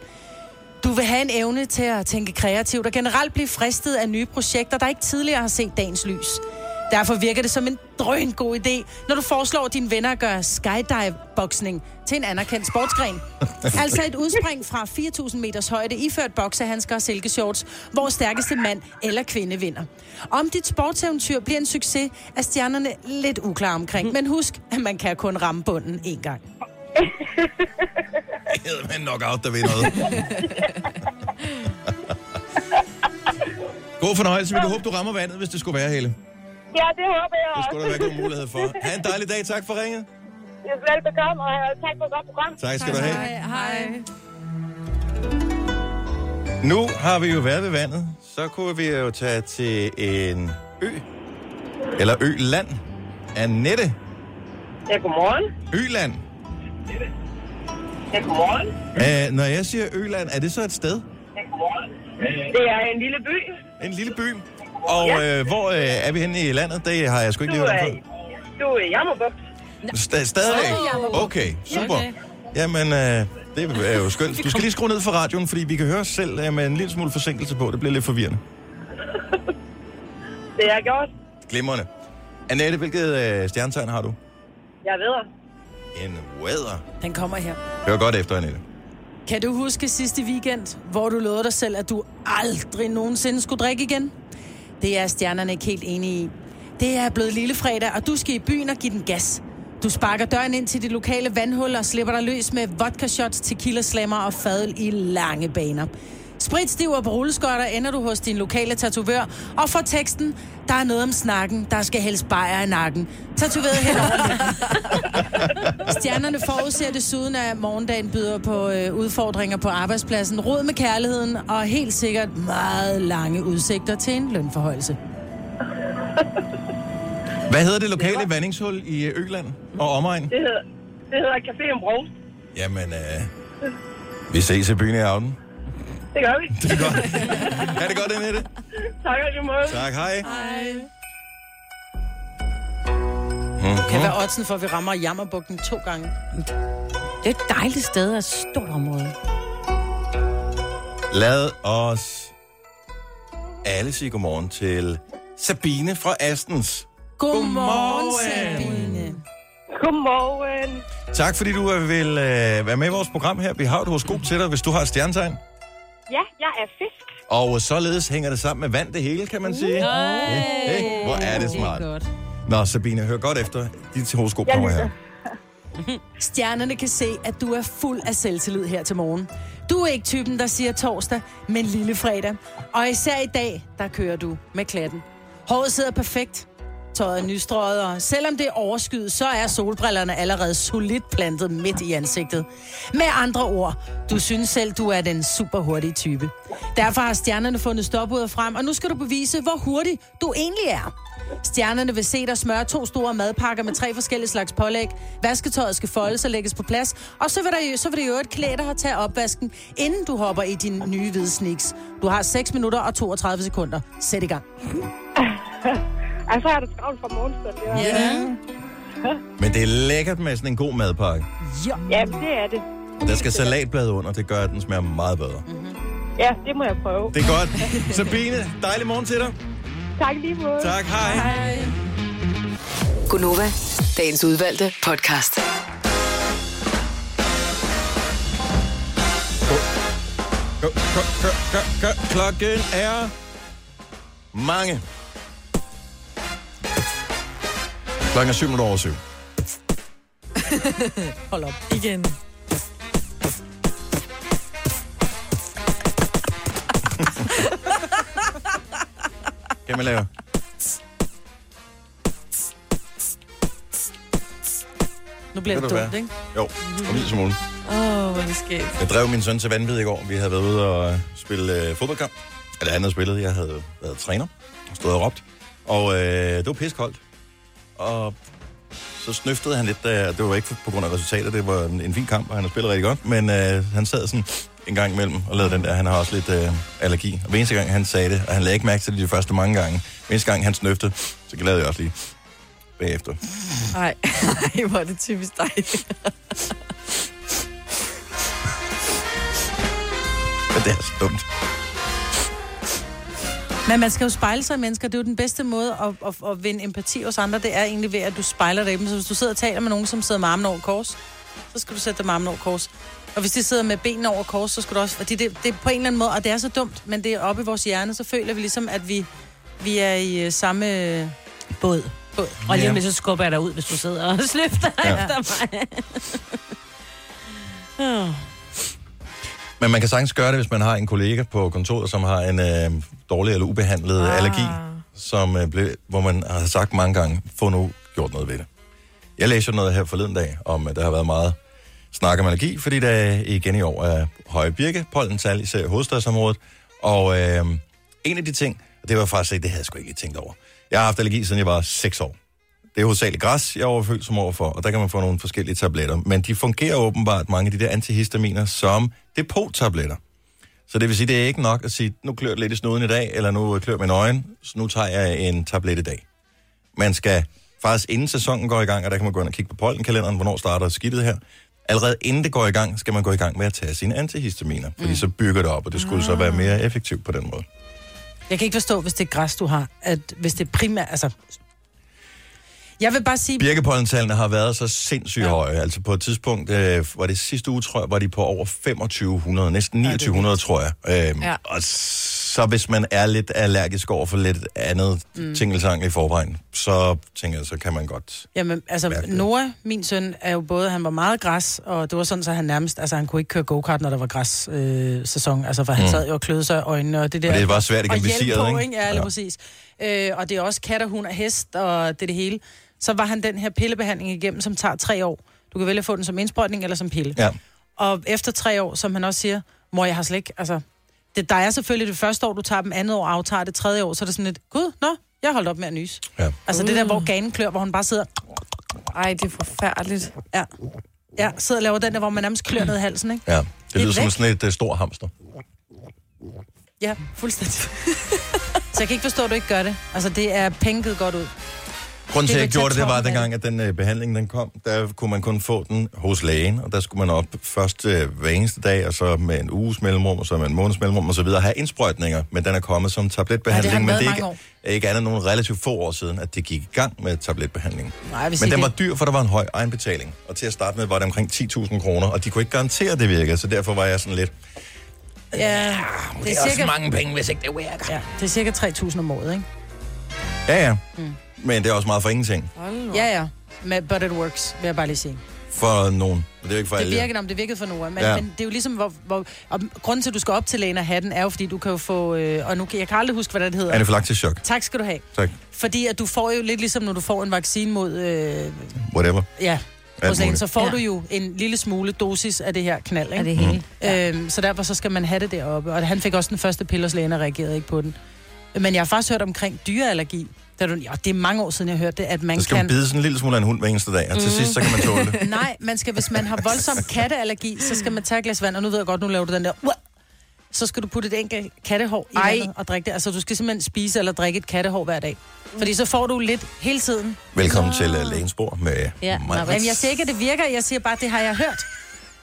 Speaker 3: Du vil have en evne til at tænke kreativt og generelt blive fristet af nye projekter, der ikke tidligere har set dagens lys. Derfor virker det som en drøn god idé, når du foreslår dine venner at gøre skydive-boksning til en anerkendt sportsgren. Altså et udspring fra 4.000 meters højde, iført boksehandsker og silkeshorts, hvor stærkeste mand eller kvinde vinder. Om dit sportseventyr bliver en succes, er stjernerne lidt uklare omkring. Men husk, at man kan kun ramme bunden én gang.
Speaker 1: Hedder man nok out, der ved noget. God fornøjelse. Vi kan håbe, du rammer vandet, hvis det skulle være, Helle. Det
Speaker 8: Ja, det håber jeg
Speaker 1: skulle der være god mulighed for. Ha' en dejlig dag. Tak for ringet.
Speaker 8: Velbekomme, og tak for et godt program.
Speaker 1: Tak skal du have.
Speaker 5: Hej.
Speaker 1: Nu har vi jo været ved vandet. Så kunne vi jo tage til en ø. Eller øland. Annette.
Speaker 8: Ja, godmorgen.
Speaker 1: Øland.
Speaker 8: Ja, godmorgen.
Speaker 1: Æ, når jeg siger øland, er det så et sted?
Speaker 8: Ja, godmorgen. Det er en lille by.
Speaker 1: En lille by. Og øh, hvor øh, er vi henne i landet? Det har jeg sgu ikke
Speaker 8: Du
Speaker 1: lige hørt
Speaker 8: er,
Speaker 1: om før.
Speaker 8: du er jammerbugt.
Speaker 1: Sta- stadigvæk? Okay, super. Jamen, øh, det er jo skønt. Du skal lige skrue ned for radioen, fordi vi kan høre os selv øh, med en lille smule forsinkelse på. Det bliver lidt forvirrende.
Speaker 8: Det er gjort.
Speaker 1: Glimrende. Annette, hvilket øh, stjernetegn har du?
Speaker 8: Jeg ved det.
Speaker 1: En weather.
Speaker 3: Den kommer her.
Speaker 1: Hør godt efter, Annette.
Speaker 3: Kan du huske sidste weekend, hvor du lovede dig selv, at du aldrig nogensinde skulle drikke igen? Det er stjernerne ikke helt enige i. Det er blevet lille fredag, og du skal i byen og give den gas. Du sparker døren ind til det lokale vandhul og slipper dig løs med vodka shots, tequila slammer og fadel i lange baner. Spritstiv på rulleskøjter ender du hos din lokale tatovør, og for teksten, der er noget om snakken, der skal helst bajer i nakken. Tatoveret henover midten. Stjernerne forudser desuden, at morgendagen byder på øh, udfordringer på arbejdspladsen, rod med kærligheden og helt sikkert meget lange udsigter til en lønforhøjelse.
Speaker 1: Hvad hedder det lokale vandingshul i øh, Øland og omegn?
Speaker 8: Det hedder, det hedder Café om Brost.
Speaker 1: Jamen, øh, vi ses i byen i aften.
Speaker 8: Det gør vi.
Speaker 1: Det er godt. er det godt, Annette?
Speaker 8: tak og lige måde.
Speaker 1: Tak, hej.
Speaker 3: Kan være oddsen for, at vi rammer jammerbukken to gange.
Speaker 2: Det er et dejligt sted og et stort område.
Speaker 1: Lad os alle sige godmorgen til Sabine fra Astens.
Speaker 3: Godmorgen, Sabine.
Speaker 8: Godmorgen.
Speaker 1: Tak fordi du øh, vil øh, være med i vores program her. Vi har et horoskop til dig, hvis du har et stjernetegn.
Speaker 8: Ja, jeg er fisk.
Speaker 1: Og øh, således hænger det sammen med vand det hele, kan man sige. Ja, ikke? Hvor er det smart.
Speaker 2: godt.
Speaker 1: Nå, Sabine, hør godt efter. Dit horoskop
Speaker 8: Jeg
Speaker 1: kommer her.
Speaker 8: lytter.
Speaker 3: Stjernerne kan se, at du er fuld af selvtillid her til morgen. Du er ikke typen, der siger torsdag, men lille fredag. Og især i dag, der kører du med klatten. Håret sidder perfekt, tøjet er nystrøget, og selvom det er overskyet, så er solbrillerne allerede solidt plantet midt i ansigtet. Med andre ord, du synes selv, du er den super hurtige type. Derfor har stjernerne fundet stopudet frem, og nu skal du bevise, hvor hurtig du egentlig er. Stjernerne vil se dig smøre to store madpakker med tre forskellige slags pålæg. Vasketøjet skal foldes og lægges på plads. Og så vil, der, jo- så vil det jo et klæde dig at tage opvasken, inden du hopper i din nye hvide sneaks. Du har 6 minutter og 32 sekunder. Sæt i gang.
Speaker 8: Altså, jeg er det travlt fra morgenstund. Det er.
Speaker 1: Men det er lækkert med sådan en god madpakke.
Speaker 3: Ja.
Speaker 8: Ja, det er det.
Speaker 1: Der skal salatblad under, det gør, at den smager meget bedre.
Speaker 8: Ja, det må jeg prøve.
Speaker 1: Det er godt. Sabine, dejlig morgen til dig.
Speaker 8: Tak lige måde.
Speaker 1: Tak, hej. hej.
Speaker 6: Gunova, dagens udvalgte podcast.
Speaker 1: Klokken er mange. Klokken er syv minutter over syv.
Speaker 3: Hold op.
Speaker 5: Igen.
Speaker 1: Kan man lave?
Speaker 3: Nu bliver
Speaker 1: Ved
Speaker 3: det
Speaker 1: du
Speaker 3: dumt,
Speaker 1: hvad?
Speaker 3: ikke?
Speaker 1: Jo, en lille smule.
Speaker 5: Åh, oh, hvor er det skægt.
Speaker 1: Jeg drev min søn til vanvid i går. Vi havde været ude og øh, spille øh, fodboldkamp. Eller han havde spillet. Jeg havde været træner. Og stod og råbt. Og øh, det var pissekoldt. Og så snøftede han lidt. Da, det var ikke på grund af resultater. Det var en, en fin kamp, og han har spillet rigtig godt. Men øh, han sad sådan en gang imellem og lavede den der. Han har også lidt øh, allergi. Og hver eneste gang, han sagde det, og han lagde ikke mærke til det de første mange gange. Hver eneste gang, han snøftede, så lavede jeg også lige bagefter.
Speaker 5: Nej, hvor er det typisk dig.
Speaker 1: Men det er så dumt.
Speaker 3: Men man skal jo spejle sig i mennesker. Det er jo den bedste måde at, at, at vinde empati hos andre. Det er egentlig ved, at du spejler dig i dem. Så hvis du sidder og taler med nogen, som sidder med armen over kors, så skal du sætte dem armen over kors. Og hvis de sidder med benene over kors, så skal du også... Fordi det, det er på en eller anden måde, og det er så dumt, men det er oppe i vores hjerne, så føler vi ligesom, at vi, vi er i øh, samme... øh,
Speaker 2: Båd.
Speaker 3: Båd.
Speaker 2: Og lige
Speaker 1: Ja.
Speaker 2: om lidt, så skubber jeg dig ud, hvis du sidder og sløfter
Speaker 1: Ja.
Speaker 2: ja. efter mig. Åh.
Speaker 1: Men man kan sagtens gøre det, hvis man har en kollega på kontoret, som har en øh, dårlig eller ubehandlet ah. allergi, som, øh, blev, hvor man har sagt mange gange, få nu gjort noget ved det. Jeg læste jo noget her forleden dag om, at der har været meget snakker om allergi, fordi der igen i år er høje birke, pollental, især i hovedstadsområdet. Og øh, en af de ting, og det var faktisk ikke, det havde jeg sgu ikke tænkt over. Jeg har haft allergi, siden jeg var 6 år. Det er hovedsageligt græs, jeg er overfølsom overfor, og der kan man få nogle forskellige tabletter. Men de fungerer åbenbart, mange af de der antihistaminer, som depot-tabletter. Så det vil sige, det er ikke nok at sige, nu klør det lidt i snuden i dag, eller nu øh, klør min øjne, så nu tager jeg en tablet i dag. Man skal faktisk inden sæsonen går i gang, og der kan man gå ind og kigge på pollenkalenderen, hvornår starter skidtet her. Allerede inden det går i gang, skal man gå i gang med at tage sine antihistaminer, fordi mm. så bygger det op, og det skulle så være mere effektivt på den måde.
Speaker 3: Jeg kan ikke forstå, hvis det er græs, du har, at hvis det er primært, altså... Jeg vil bare sige,
Speaker 1: Birkepollentallene har været så sindssygt ja. høje. Altså på et tidspunkt, øh, var det sidste uge, tror jeg, var de på over 2500, næsten 2900, ja, tror jeg. Øhm, ja.
Speaker 5: Ja.
Speaker 1: Og så hvis man er lidt allergisk over for lidt andet mm. tingeltang i forvejen, så tænker jeg, så kan man godt...
Speaker 3: jamen, altså,
Speaker 1: Mærkeligt.
Speaker 3: Nora, min søn, er jo både, han var meget græs, og det var sådan, så han nærmest, altså han kunne ikke køre go-kart, når der var græssæson, øh, sæson. altså for han mm. sad jo og kløede sig i øjnene, og det der...
Speaker 1: Og det var svært at
Speaker 3: og
Speaker 1: gennemvisere,
Speaker 3: hjelm på,
Speaker 1: ikke?
Speaker 3: ikke? Ja, lige
Speaker 1: Ja.
Speaker 3: ja. præcis. Øh, og det er også kat og hund og hest, og det er det hele. Så var han den her pillebehandling igennem, som tager tre år. Du kan vælge at få den som indsprøjtning eller som pille.
Speaker 1: Ja.
Speaker 3: Og efter tre år, som han også siger, mor, jeg har slet ikke, altså... Det, der er selvfølgelig det første år, du tager dem, andet år aftager det, tredje år, så er det sådan lidt, gud, nå, jeg holdt op med at nys.
Speaker 1: Ja.
Speaker 3: Altså det der,
Speaker 1: Mm.
Speaker 3: hvor ganen klør, hvor hun bare sidder,
Speaker 5: Ej, det er forfærdeligt.
Speaker 3: ja, ja, sidder og laver den der, hvor man nærmest klør ned i halsen, ikke?
Speaker 1: ja. Det, det
Speaker 3: er
Speaker 1: lyder som
Speaker 3: væk.
Speaker 1: sådan et uh, stor hamster.
Speaker 3: Ja, fuldstændig. så jeg kan ikke forstå, at du ikke gør det. Altså, det er penge givet godt ud.
Speaker 1: Grunden til, at
Speaker 3: Det
Speaker 1: jeg
Speaker 3: vil
Speaker 1: gjorde
Speaker 3: tage
Speaker 1: det, det var
Speaker 3: toppen af
Speaker 1: dengang, at den øh, behandling den kom, der kunne man kun få den hos lægen, og der skulle man op først øh, hver eneste dag, og så med en uges mellemrum, og så med en måneds mellemrum, og så videre, have indsprøjtninger, men den er kommet som tabletbehandling,
Speaker 3: Ja, det har den
Speaker 1: men
Speaker 3: været
Speaker 1: det er
Speaker 3: mange
Speaker 1: ikke, er ikke andet end nogle relativt få år siden, at det gik i gang med tabletbehandlingen.
Speaker 3: Nej, jeg vil
Speaker 1: Men
Speaker 3: sige
Speaker 1: den var
Speaker 3: det.
Speaker 1: dyr, for der var en høj egenbetaling, og til at starte med var det omkring 10.000 kroner, og de kunne ikke garantere, at det virkede, så derfor var jeg sådan lidt,
Speaker 3: Ja, det er cirka,
Speaker 1: mange penge, hvis ikke det virker.
Speaker 3: ja, det er cirka 3.000 om året, ikke?
Speaker 1: Ja, ja. Mm. Men det er også meget for ingenting.
Speaker 3: Ja, ja. Men, but it works, vil jeg bare lige sige.
Speaker 1: For nogen. Men det er jo ikke for
Speaker 3: Det
Speaker 1: alle.
Speaker 3: virkede, om det virkede for Nora, men,
Speaker 1: Ja.
Speaker 3: ja. men det er jo ligesom, hvor, hvor og grunden til, at du skal op til lægen og have den, er jo, fordi du kan jo få, øh, og nu kan jeg kan aldrig huske, hvad det hedder.
Speaker 1: Er det for lagt til chok?
Speaker 3: Tak skal du have.
Speaker 1: Tak.
Speaker 3: Fordi at du får jo lidt ligesom, når du får en vaccine mod, øh,
Speaker 1: Whatever.
Speaker 3: ja, hos lægen,
Speaker 1: muligt.
Speaker 3: så får
Speaker 2: Ja.
Speaker 3: ja. du jo en lille smule dosis af det her knald, ikke?
Speaker 2: Er det hele?
Speaker 1: Mm.
Speaker 3: Øhm, så derfor så skal man have det deroppe. Og han fik også den første pille hos lægen og reagerede ikke på den. Men jeg har faktisk hørt omkring dyreallergi. Der, er du- ja, det er mange år siden, jeg hørte det, at man
Speaker 1: Så skal man
Speaker 3: kan... Mm.
Speaker 1: bide sådan en lille smule af en hund hver eneste dag, og til sidst så kan man tåle det.
Speaker 3: Nej, man skal, hvis man har voldsom katteallergi, så skal man tage et glas vand, og nu ved jeg godt, nu laver du den der... "Uah!" Så skal du putte et enkelt kattehår i
Speaker 5: Ej.
Speaker 3: vandet og drikke det. Altså, du skal simpelthen spise eller drikke et kattehår hver dag. Fordi så får du lidt hele tiden.
Speaker 1: Velkommen til uh, lægens bord med
Speaker 2: Ja,
Speaker 1: mig.
Speaker 2: nå,
Speaker 3: Jamen, jeg siger ikke, at det virker. Jeg siger bare, at det har jeg hørt.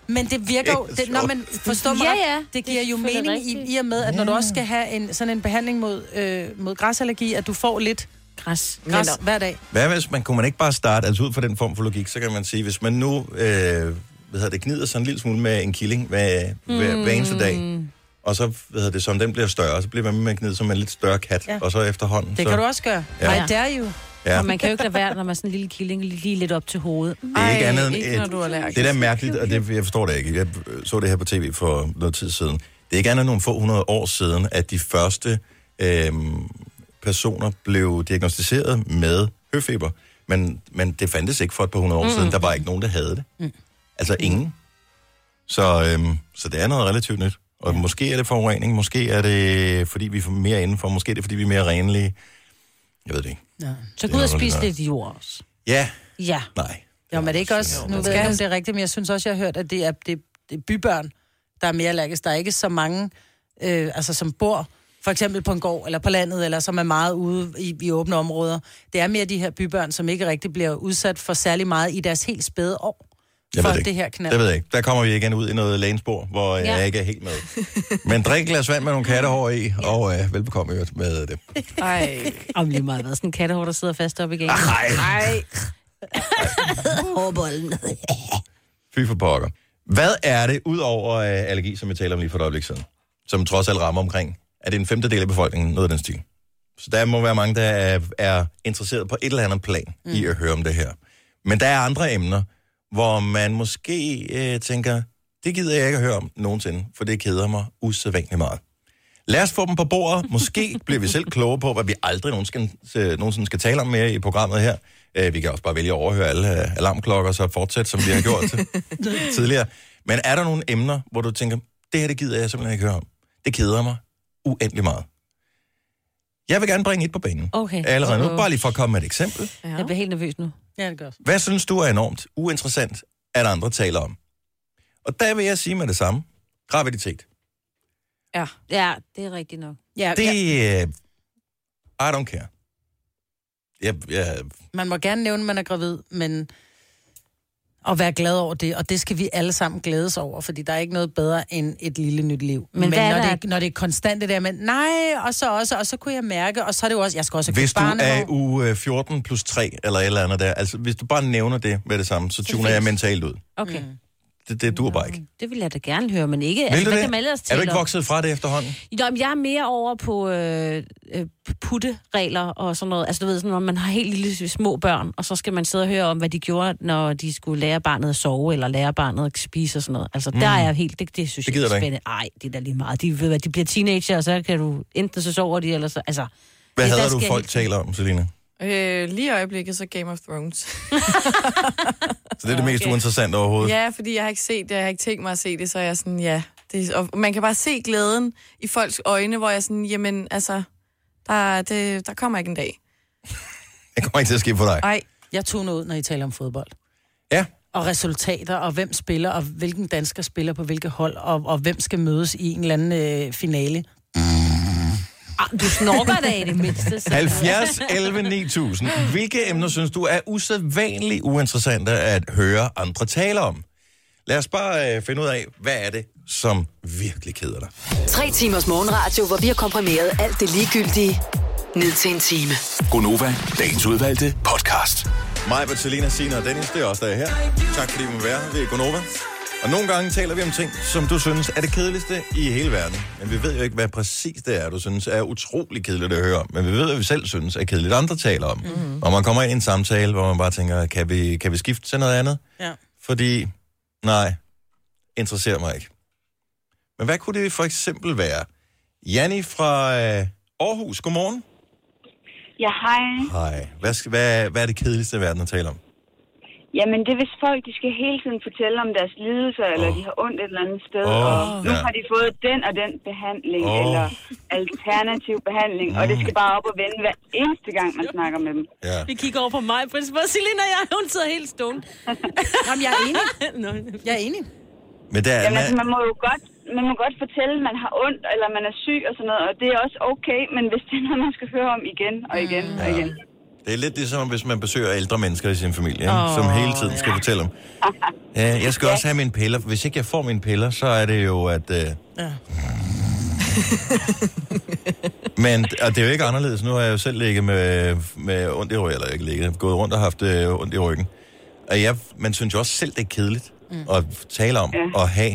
Speaker 3: Men det virker jo... Det, når man forstår mig
Speaker 2: Ja,
Speaker 3: ret,
Speaker 2: ja,
Speaker 3: Det
Speaker 2: det
Speaker 3: giver
Speaker 2: er
Speaker 3: jo
Speaker 2: selvfølgelig
Speaker 3: mening i,
Speaker 2: rigtigt.
Speaker 3: i og med, at når du også skal have en, sådan en behandling mod, øh, mod græsallergi, at du får lidt
Speaker 2: Græs.
Speaker 3: græs
Speaker 2: Men-
Speaker 3: hver dag.
Speaker 1: Hvad hvis man, kunne man ikke bare starte, altså ud fra den form for logik, så kan man sige, hvis man nu øh, hvad hedder det, gnider sig en lille smule med en killing hver, hver, hver eneste dag,
Speaker 3: Mm.
Speaker 1: og så hvad hedder det, som den bliver større, så bliver man ved med at gnide som en lidt større kat, ja.
Speaker 3: Ja.
Speaker 1: og så efterhånden.
Speaker 3: Det
Speaker 1: så,
Speaker 3: kan du også gøre.
Speaker 1: Ja.
Speaker 3: Ja. I dare you.
Speaker 1: Ja.
Speaker 2: Og man kan jo ikke lade være, når man er sådan en lille killing, lige lidt op til hovedet.
Speaker 1: Det er ikke
Speaker 5: Ej,
Speaker 1: andet end
Speaker 5: ikke,
Speaker 1: et,
Speaker 5: når du er allergisk.
Speaker 1: Det der er mærkeligt, og det, jeg forstår det ikke. Jeg øh, så det her på tv for noget tid siden. Det er ikke andet end nogle få hundrede år siden, at de første øhm, personer blev diagnostiseret med høfeber. Men, men det fandtes ikke for et par hundrede år mm. siden. Der var ikke nogen, der havde det. Mm. Altså ingen. Så, øhm, så det er noget relativt nyt. Og ja. måske er det forurening, måske er det, fordi vi er mere indenfor, måske er det, fordi vi er mere renlige. Jeg ved det ikke.
Speaker 2: Så gå ud og
Speaker 1: Det er
Speaker 2: spise
Speaker 1: nok
Speaker 2: lidt jord også.
Speaker 1: Ja,
Speaker 2: Ja.
Speaker 1: nej.
Speaker 3: Jo, men det er ikke også... Nu ved jeg ikke, om det er rigtigt, men jeg synes også, jeg har hørt, at det er, det, det er bybørn, der er mere allergisk. Der er ikke så mange, øh, altså, som bor for eksempel på en gård eller på landet, eller som er meget ude i, i åbne områder. Det er mere de her bybørn, som ikke rigtig bliver udsat for særlig meget i deres helt spæde år.
Speaker 1: Jeg
Speaker 3: for
Speaker 1: ved det, ikke.
Speaker 3: det her knald.
Speaker 1: Det ved jeg ikke. Der kommer vi igen ud i noget lægenspor, hvor ja.
Speaker 2: Ja.
Speaker 1: jeg ikke er helt med. Men drik et glas vand med nogle kattehår i, og øh, velbekomme i øvrigt med det.
Speaker 5: Ej.
Speaker 2: Om lige meget hvad. Sådan en kattehår, der sidder fast op igen.
Speaker 1: Nej,
Speaker 5: Ej.
Speaker 2: Hårbollen.
Speaker 1: fy for pokker. Hvad er det, udover øh, allergi, som vi taler om lige for et øjeblik siden, som trods alt rammer omkring? Er det en femtedel af befolkningen, noget af den stil? Så der må være mange, der er, er interesseret på et eller andet plan mm. i at høre om det her. Men der er andre emner, hvor man måske øh, tænker, det gider jeg ikke at høre om nogensinde, for det keder mig usædvanligt meget. Lad os få dem på bordet. Måske bliver vi selv klogere på, hvad vi aldrig nogensinde, øh, nogensinde skal tale om mere i programmet her. Øh, Vi kan også bare vælge at overhøre alle øh, alarmklokker, så fortsæt, som vi har gjort tidligere. Men er der nogle emner, hvor du tænker, det her det gider jeg simpelthen ikke høre om. Det keder mig uendelig meget. Jeg vil gerne bringe et på banen.
Speaker 2: Okay.
Speaker 1: Allerede nu,
Speaker 2: Åh.
Speaker 1: bare lige for at komme med et eksempel.
Speaker 5: Ja.
Speaker 2: Jeg bliver helt nervøs nu.
Speaker 3: Ja, det gør også.
Speaker 1: Hvad synes du er enormt uinteressant, at andre taler om? Og der vil jeg sige med det samme. Graviditet.
Speaker 5: ja.
Speaker 2: Ja, det er rigtigt nok.
Speaker 3: Ja,
Speaker 1: Det
Speaker 3: ja,
Speaker 1: er... I don't care. Jeg, jeg,
Speaker 3: man må gerne nævne, at man er gravid, men at være glad over det, og det skal vi alle sammen glædes over, fordi der er ikke noget bedre end et lille nyt liv.
Speaker 2: Men
Speaker 3: Men, men
Speaker 2: hvad er
Speaker 3: når,
Speaker 2: der-
Speaker 3: det, ikke- når det er konstant det der med, nej, og så også, og så kunne jeg mærke, og så er det jo også, jeg skal også have
Speaker 1: hvis
Speaker 3: købt
Speaker 1: du er
Speaker 3: barnevogn.
Speaker 1: uge øh, 14 plus 3 eller et eller andet der, altså hvis du bare nævner det med det samme, så tuner jeg mentalt ud.
Speaker 2: Okay.
Speaker 1: Det, det dur bare ikke.
Speaker 2: Det vil jeg da gerne høre, men ikke...
Speaker 1: Mm.
Speaker 2: altså,
Speaker 1: Vil du
Speaker 2: hvad
Speaker 1: det?
Speaker 2: kan man ellers
Speaker 1: Er
Speaker 2: tale
Speaker 1: du ikke
Speaker 2: om?
Speaker 1: vokset fra det efterhånden?
Speaker 2: Nå, men jeg er mere over på øh, øh, putteregler og sådan noget. Altså, du ved, sådan, når man har helt lille små børn, og så skal man sidde og høre om, hvad de gjorde, når de skulle lære barnet at sove, eller lære barnet at spise og sådan noget. Altså, mm. der er jeg helt... Det, det synes
Speaker 1: Det
Speaker 2: det
Speaker 1: gider
Speaker 2: jeg er
Speaker 1: du ikke.
Speaker 2: spændende. Ej, det er da lige meget. De, ved hvad, de bliver teenager, og så kan du... Enten så sover de, eller så... Altså,
Speaker 1: Hvad
Speaker 2: det, der
Speaker 1: hader du
Speaker 2: skal
Speaker 1: folk
Speaker 2: helt-
Speaker 1: taler om, Selina?
Speaker 5: Øh, lige i øjeblikket så Game of Thrones.
Speaker 1: Så det er det mest
Speaker 2: okay.
Speaker 1: uinteressante overhovedet.
Speaker 5: ja, fordi jeg har ikke set det, jeg har ikke tænkt mig at se det, så er jeg sådan, ja. Det, er- og man kan bare se glæden i folks øjne, hvor jeg sådan, jamen altså, der, det, der kommer ikke en dag.
Speaker 1: Det kommer ikke til at ske for dig.
Speaker 5: Ej,
Speaker 3: Jeg tuner ud, når I taler om fodbold.
Speaker 1: Ja,
Speaker 3: og resultater, og hvem spiller, og hvilken dansker spiller på hvilket hold, og, og hvem skal mødes i en eller anden øh, finale.
Speaker 2: ah, du snorker da i det mindste. Så.
Speaker 1: 70 11 9000. Hvilke emner synes du er usædvanligt uinteressante at høre andre tale om? Lad os bare øh, finde ud af, hvad er det, som virkelig keder dig.
Speaker 6: Tre timers morgenradio, hvor vi har komprimeret alt det ligegyldige ned til en time.
Speaker 7: Gonova, dagens udvalgte podcast.
Speaker 1: Mig, Bertalina, Sina og Dennis, det er også der her. Tak fordi I må være her. Det er Gonova. Og nogle gange taler vi om ting, som du synes er det kedeligste i hele verden. Men vi ved jo ikke, hvad præcis det er, du synes er utrolig kedeligt at høre om. Men vi ved, hvad vi selv synes er kedeligt, andre taler om. Mm-hmm. Og man kommer ind i en samtale, hvor man bare tænker, kan vi, kan vi skifte til noget andet?
Speaker 3: Ja.
Speaker 1: fordi nej, interesserer mig ikke. Men hvad kunne det for eksempel være? Janni fra øh, Aarhus, godmorgen.
Speaker 9: Ja, hej.
Speaker 1: Hej. Hvad, skal, hvad, hvad er det kedeligste i verden at tale om?
Speaker 9: Jamen, det er, hvis folk de skal hele tiden fortælle om deres lidelser, eller
Speaker 1: Åh.
Speaker 9: de har ondt et eller andet sted,
Speaker 1: Åh,
Speaker 9: og nu
Speaker 1: ja.
Speaker 9: har de fået den og den behandling,
Speaker 1: Åh. Mm.
Speaker 9: eller alternativ behandling, og det skal bare op og vende hver eneste gang, man snakker med dem.
Speaker 1: Ja.
Speaker 2: Vi kigger over på mig, prins. Hvor Selina og jeg, hun sidder helt stående.
Speaker 3: Jamen, jeg er enig.
Speaker 2: Nå,
Speaker 3: Jeg er enig.
Speaker 1: Men der,
Speaker 9: Jamen, altså,
Speaker 1: er,
Speaker 9: man må jo godt, man må godt fortælle, at man har ondt, eller man er syg og sådan noget, og det er også okay, men hvis det er noget, man skal høre om igen og igen og
Speaker 1: Mm.
Speaker 9: igen.
Speaker 1: det er lidt ligesom, hvis man besøger ældre mennesker i sin familie, ikke? som hele tiden skal fortælle om. Ja, jeg skal også have mine piller, for hvis ikke jeg får mine piller, så er det jo, at... Øh... Ja. Men og det er jo ikke anderledes. Nu har jeg jo selv ligget med, med ondt i ryggen, eller ikke ligget, gået rundt og haft øh, ondt i ryggen. Og jeg, man synes jo også selv, det er kedeligt mm. at tale om og have.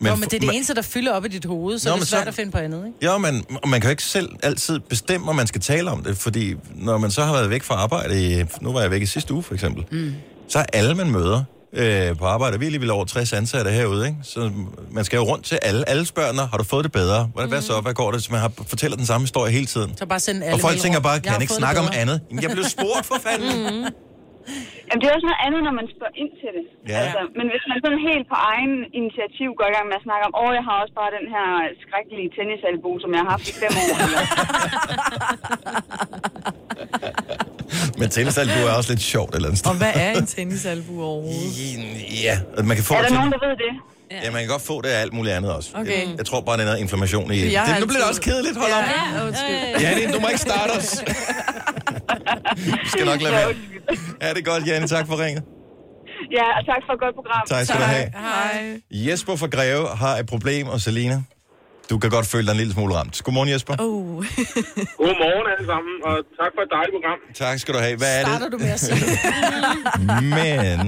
Speaker 3: Nå, men det er
Speaker 1: man-
Speaker 3: det eneste, der fylder op i dit hoved, så
Speaker 1: Nå,
Speaker 3: Nå, det
Speaker 1: men
Speaker 3: er svært
Speaker 1: så-
Speaker 3: så... at finde på andet, ikke?
Speaker 1: Ja, men og man kan jo ikke selv altid bestemme, om man skal tale om det, fordi når man så har været væk fra arbejde, i, nu var jeg væk i sidste uge for eksempel, mm. så er alle, man møder øh, på arbejde, vi er alligevel over 60 ansatte herude, ikke? så man skal jo rundt til alle. Alle spørger, "Nå, har du fået det bedre? Hvad, mm. hvad så? Hvad går det? Så man har, fortæller den samme historie hele tiden.
Speaker 3: Så bare send alle
Speaker 1: Og folk
Speaker 3: mail
Speaker 1: tænker
Speaker 3: rundt.
Speaker 1: bare, kan
Speaker 3: har
Speaker 1: jeg ikke
Speaker 3: fået
Speaker 1: snakke om
Speaker 3: det bedre.
Speaker 1: andet? Jamen, jeg blev spurgt for fanden. Mm.
Speaker 9: Jamen, det er også noget andet, når man spørger ind til det.
Speaker 1: Ja.
Speaker 9: Altså, men hvis man sådan helt på egen initiativ går i gang med at snakke om, åh, jeg har også bare den her skrækkelige tennisalbu, som jeg har haft i fem år. Eller,
Speaker 1: Men tennisalbu er også lidt sjovt et eller andet sted.
Speaker 5: og hvad er en tennisalbu overhovedet?
Speaker 1: Ja, man kan få
Speaker 9: er
Speaker 1: det
Speaker 9: der
Speaker 1: til-
Speaker 9: nogen, der ved det?
Speaker 1: Ja, man kan godt få det af alt muligt andet også.
Speaker 5: Okay.
Speaker 1: Jeg, jeg tror bare, det er noget inflammation i...
Speaker 5: Jeg har
Speaker 1: Det, nu bliver det
Speaker 5: altid-
Speaker 1: også kedeligt, hold op.
Speaker 5: Ja, undskyld.
Speaker 1: Janne, du må ikke starte os. Vi skal nok lade være. Ja, det er godt, Janne. Tak for ringet.
Speaker 9: Ja, og tak for et godt program.
Speaker 1: Tak skal du have.
Speaker 5: Hej.
Speaker 1: Jesper fra Greve har et problem, og Selina, du kan godt føle dig en lille smule ramt. Godmorgen, Jesper.
Speaker 3: Oh.
Speaker 5: Uh.
Speaker 10: Godmorgen alle sammen, og tak for et dejligt program.
Speaker 1: Tak skal du have. Hvad er
Speaker 3: Starter
Speaker 1: det?
Speaker 3: du med at sige?
Speaker 1: Men...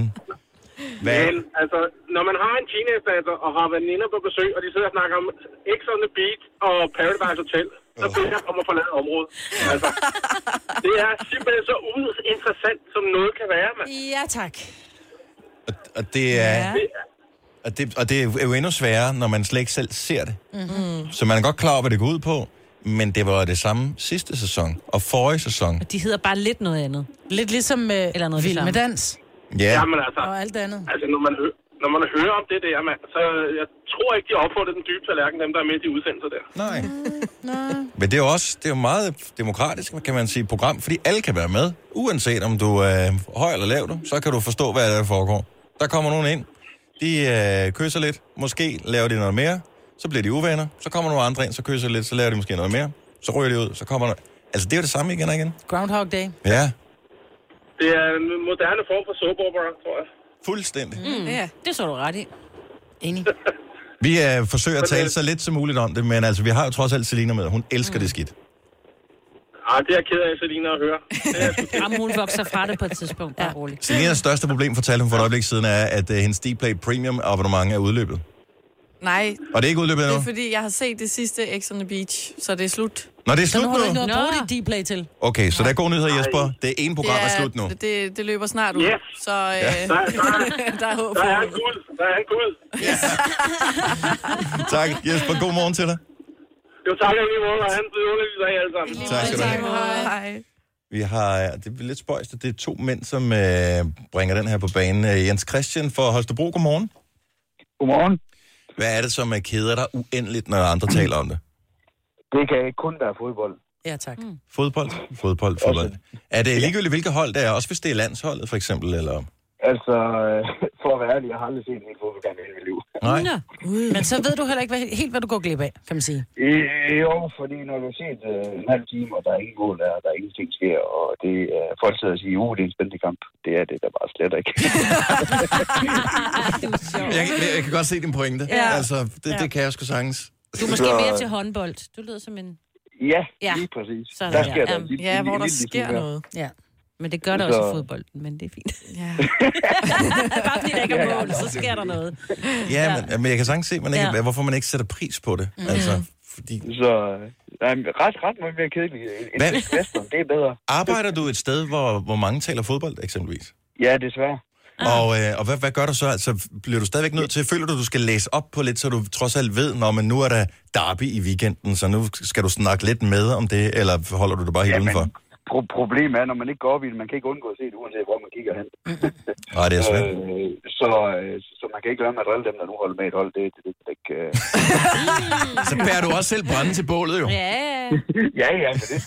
Speaker 1: Hvad?
Speaker 10: Men altså, når man har en teenagedatter og har veninder på besøg, og de sidder og snakker om X on the Beach og Paradise Hotel, så beder jeg om at forlade området. Altså, det er simpelthen så uinteressant, som noget kan være, mand.
Speaker 3: ja, tak.
Speaker 1: Og det er...
Speaker 10: Det,
Speaker 1: Og det, og det er jo endnu sværere, når man slet ikke selv ser det.
Speaker 2: Mm-hmm.
Speaker 3: Mhm.
Speaker 1: Så man er godt klar over, hvad det går ud på, men det var det samme sidste sæson og forrige sæson.
Speaker 2: De hedder bare lidt noget andet.
Speaker 3: Lidt ligesom øh, Eller
Speaker 2: noget af det
Speaker 3: Vild
Speaker 2: samme.
Speaker 3: med dans.
Speaker 1: Ja.
Speaker 10: Jamen altså,
Speaker 3: Og alt det andet.
Speaker 10: altså når, man hø- når man hører om det der, man, så jeg tror ikke, de har opfundet den dybe tallerken, dem der er med i de udsendelser der.
Speaker 1: Nej. Men det er jo også det er jo meget demokratisk, kan man sige, program, fordi alle kan være med. Uanset om du er høj eller lav, du, så kan du forstå, hvad der foregår. Der kommer nogen ind, de øh, kysser lidt, måske laver de noget mere, så bliver de uvenner, så kommer nogle andre ind, så kysser de lidt, så laver de måske noget mere, så ryger de ud, så kommer der... Altså, det er jo det samme igen og igen.
Speaker 3: Groundhog Day.
Speaker 1: Ja,
Speaker 10: Det er en moderne form for soap opera, tror jeg.
Speaker 1: fuldstændig.
Speaker 2: Mm. Ja. Det så du ret i.
Speaker 3: Enig.
Speaker 1: Vi øh, forsøger at tale så lidt som muligt om det, men altså, vi har jo trods alt Selina med, og hun
Speaker 3: Mm.
Speaker 1: elsker det skidt.
Speaker 10: Ah, det er jeg ked af, Selina, at høre.
Speaker 2: Jamen, hun vokser fra det på et tidspunkt. Bare roligt.
Speaker 1: Selinas største problem, fortalte hun for et øjeblik siden, er, at øh, hendes Dplay Premium abonnement er udløbet.
Speaker 5: Nej.
Speaker 1: Og det er ikke udløbet
Speaker 5: Det
Speaker 1: endnu?
Speaker 5: er fordi, jeg har set det sidste X on the Beach, så det er slut.
Speaker 1: Nå, det er slut nu.
Speaker 5: noget at bruge dit D-play til.
Speaker 1: Okay, så der er god nyheder, Jesper. Det ene program er slut nu.
Speaker 5: Det, det løber snart ud,
Speaker 10: Yes.
Speaker 5: så
Speaker 1: Ja.
Speaker 5: øh,
Speaker 10: Der, er- der, er-
Speaker 5: der er håb
Speaker 10: der er
Speaker 5: for
Speaker 10: en guld. Der er en guld.
Speaker 1: Tak, Jesper. God morgen til dig.
Speaker 10: Jo, tak i lige måde, og han bliver undervist af jer alle sammen.
Speaker 1: Tak skal du have.
Speaker 5: Hej.
Speaker 1: Vi har, det er lidt spøjst, at det er to mænd, som øh, bringer den her på banen. Øh, Jens Christian fra Holstebro, godmorgen.
Speaker 11: Godmorgen.
Speaker 1: Hvad er det, som er keder dig uendeligt, når andre taler om det?
Speaker 11: Det kan kun være fodbold.
Speaker 3: Ja, tak. Mm.
Speaker 1: Fodbold, fodbold, fodbold. Er det ligegyldigt, hvilket hold det er? Også hvis det er landsholdet, for eksempel? Eller?
Speaker 11: Altså, øh, for at være ærlig, jeg har aldrig set en hel fodboldkamp i hele mit liv.
Speaker 1: Nej.
Speaker 3: Men så ved du heller ikke hvad, helt, hvad du går glip af, kan man sige.
Speaker 11: Øh, jo, fordi når du har set øh, en halv time, og der er ingen mål, der, der er ingenting sker, og det er folk sidder og siger, uh, det er en spændende kamp. Det er det da bare slet ikke.
Speaker 1: Jeg, jeg, jeg kan godt se din pointe.
Speaker 2: Ja.
Speaker 1: Altså, det,
Speaker 2: Ja.
Speaker 1: det kan jeg sgu sagings.
Speaker 2: Du er måske mere til håndbold. Du lyder som en...
Speaker 11: Ja,
Speaker 2: Ja.
Speaker 11: lige præcis.
Speaker 2: Sådan,
Speaker 11: der sker
Speaker 2: ja.
Speaker 11: der en lille-
Speaker 2: Ja, hvor
Speaker 11: en
Speaker 2: der
Speaker 11: lille
Speaker 2: sker
Speaker 11: smule her.
Speaker 2: noget. Ja. Men det gør der også
Speaker 11: Så-
Speaker 2: i fodbolden, men det er fint.
Speaker 5: Ja.
Speaker 2: Bare fordi der ikke er mål, så sker der noget.
Speaker 1: Ja, men, men jeg kan sagtens se, man ikke,
Speaker 2: Ja.
Speaker 1: hvorfor man ikke sætter pris på det.
Speaker 2: Mm.
Speaker 1: Altså,
Speaker 11: Så nej, men ret, ret meget mere kedeligt. En
Speaker 1: Hvad-
Speaker 11: svensk western, det er bedre.
Speaker 1: Arbejder du et sted, hvor, hvor mange taler fodbold, eksempelvis?
Speaker 11: Ja, desværre.
Speaker 2: Ah.
Speaker 1: Og, øh, og hvad, hvad gør du så? Altså, bliver du stadigvæk nødt til, føler du, du skal læse op på lidt, så du trods alt ved, når men nu er der derby i weekenden, så nu skal du snakke lidt med om det, eller holder du det bare helt
Speaker 11: Jamen.
Speaker 1: udenfor?
Speaker 11: Pro- problemet er, når man ikke går op i det, man kan ikke undgå at se det, uanset hvor man kigger hen.
Speaker 1: Nej, det er svært.
Speaker 11: Øh, så, øh, så man kan ikke lade med at drille dem, der nu holder med et hold. Det, det, det, det ikke... Øh...
Speaker 1: Så bærer du også selv brænde til bålet, jo.
Speaker 2: Ja.
Speaker 11: ja, ja, men det...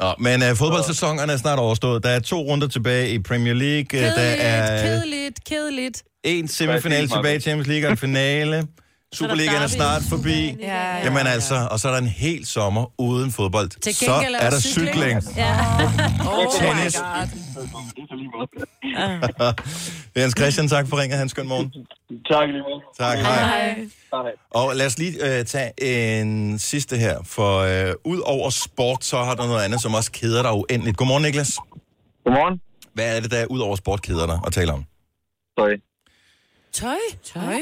Speaker 1: Nå, men øh, fodboldsæsonen er snart overstået. Der er to runder tilbage i Premier League. Øh, der er
Speaker 2: Kedeligt, kedeligt.
Speaker 1: en semifinale tilbage i Champions League og en finale. Superligaen er snart forbi.
Speaker 5: Ja, ja.
Speaker 1: Jamen altså, og så er der en hel sommer uden fodbold.
Speaker 3: Til
Speaker 1: Så
Speaker 3: gengæld
Speaker 1: er der cykling.
Speaker 2: Ja.
Speaker 5: Oh my
Speaker 1: Tennis.
Speaker 5: god.
Speaker 1: Jens Christian, tak for ringet. Hans skøn morgen.
Speaker 11: tak lige meget.
Speaker 1: Tak, hej.
Speaker 5: Hej.
Speaker 1: Og lad os lige øh, tage en sidste her, for øh, ud over sport, så har der noget andet, som også keder dig uendeligt. Godmorgen, Niklas.
Speaker 11: Godmorgen.
Speaker 1: Hvad er det, der ud over sport keder dig at tale om?
Speaker 11: Sorry.
Speaker 3: Tøj? Tøj?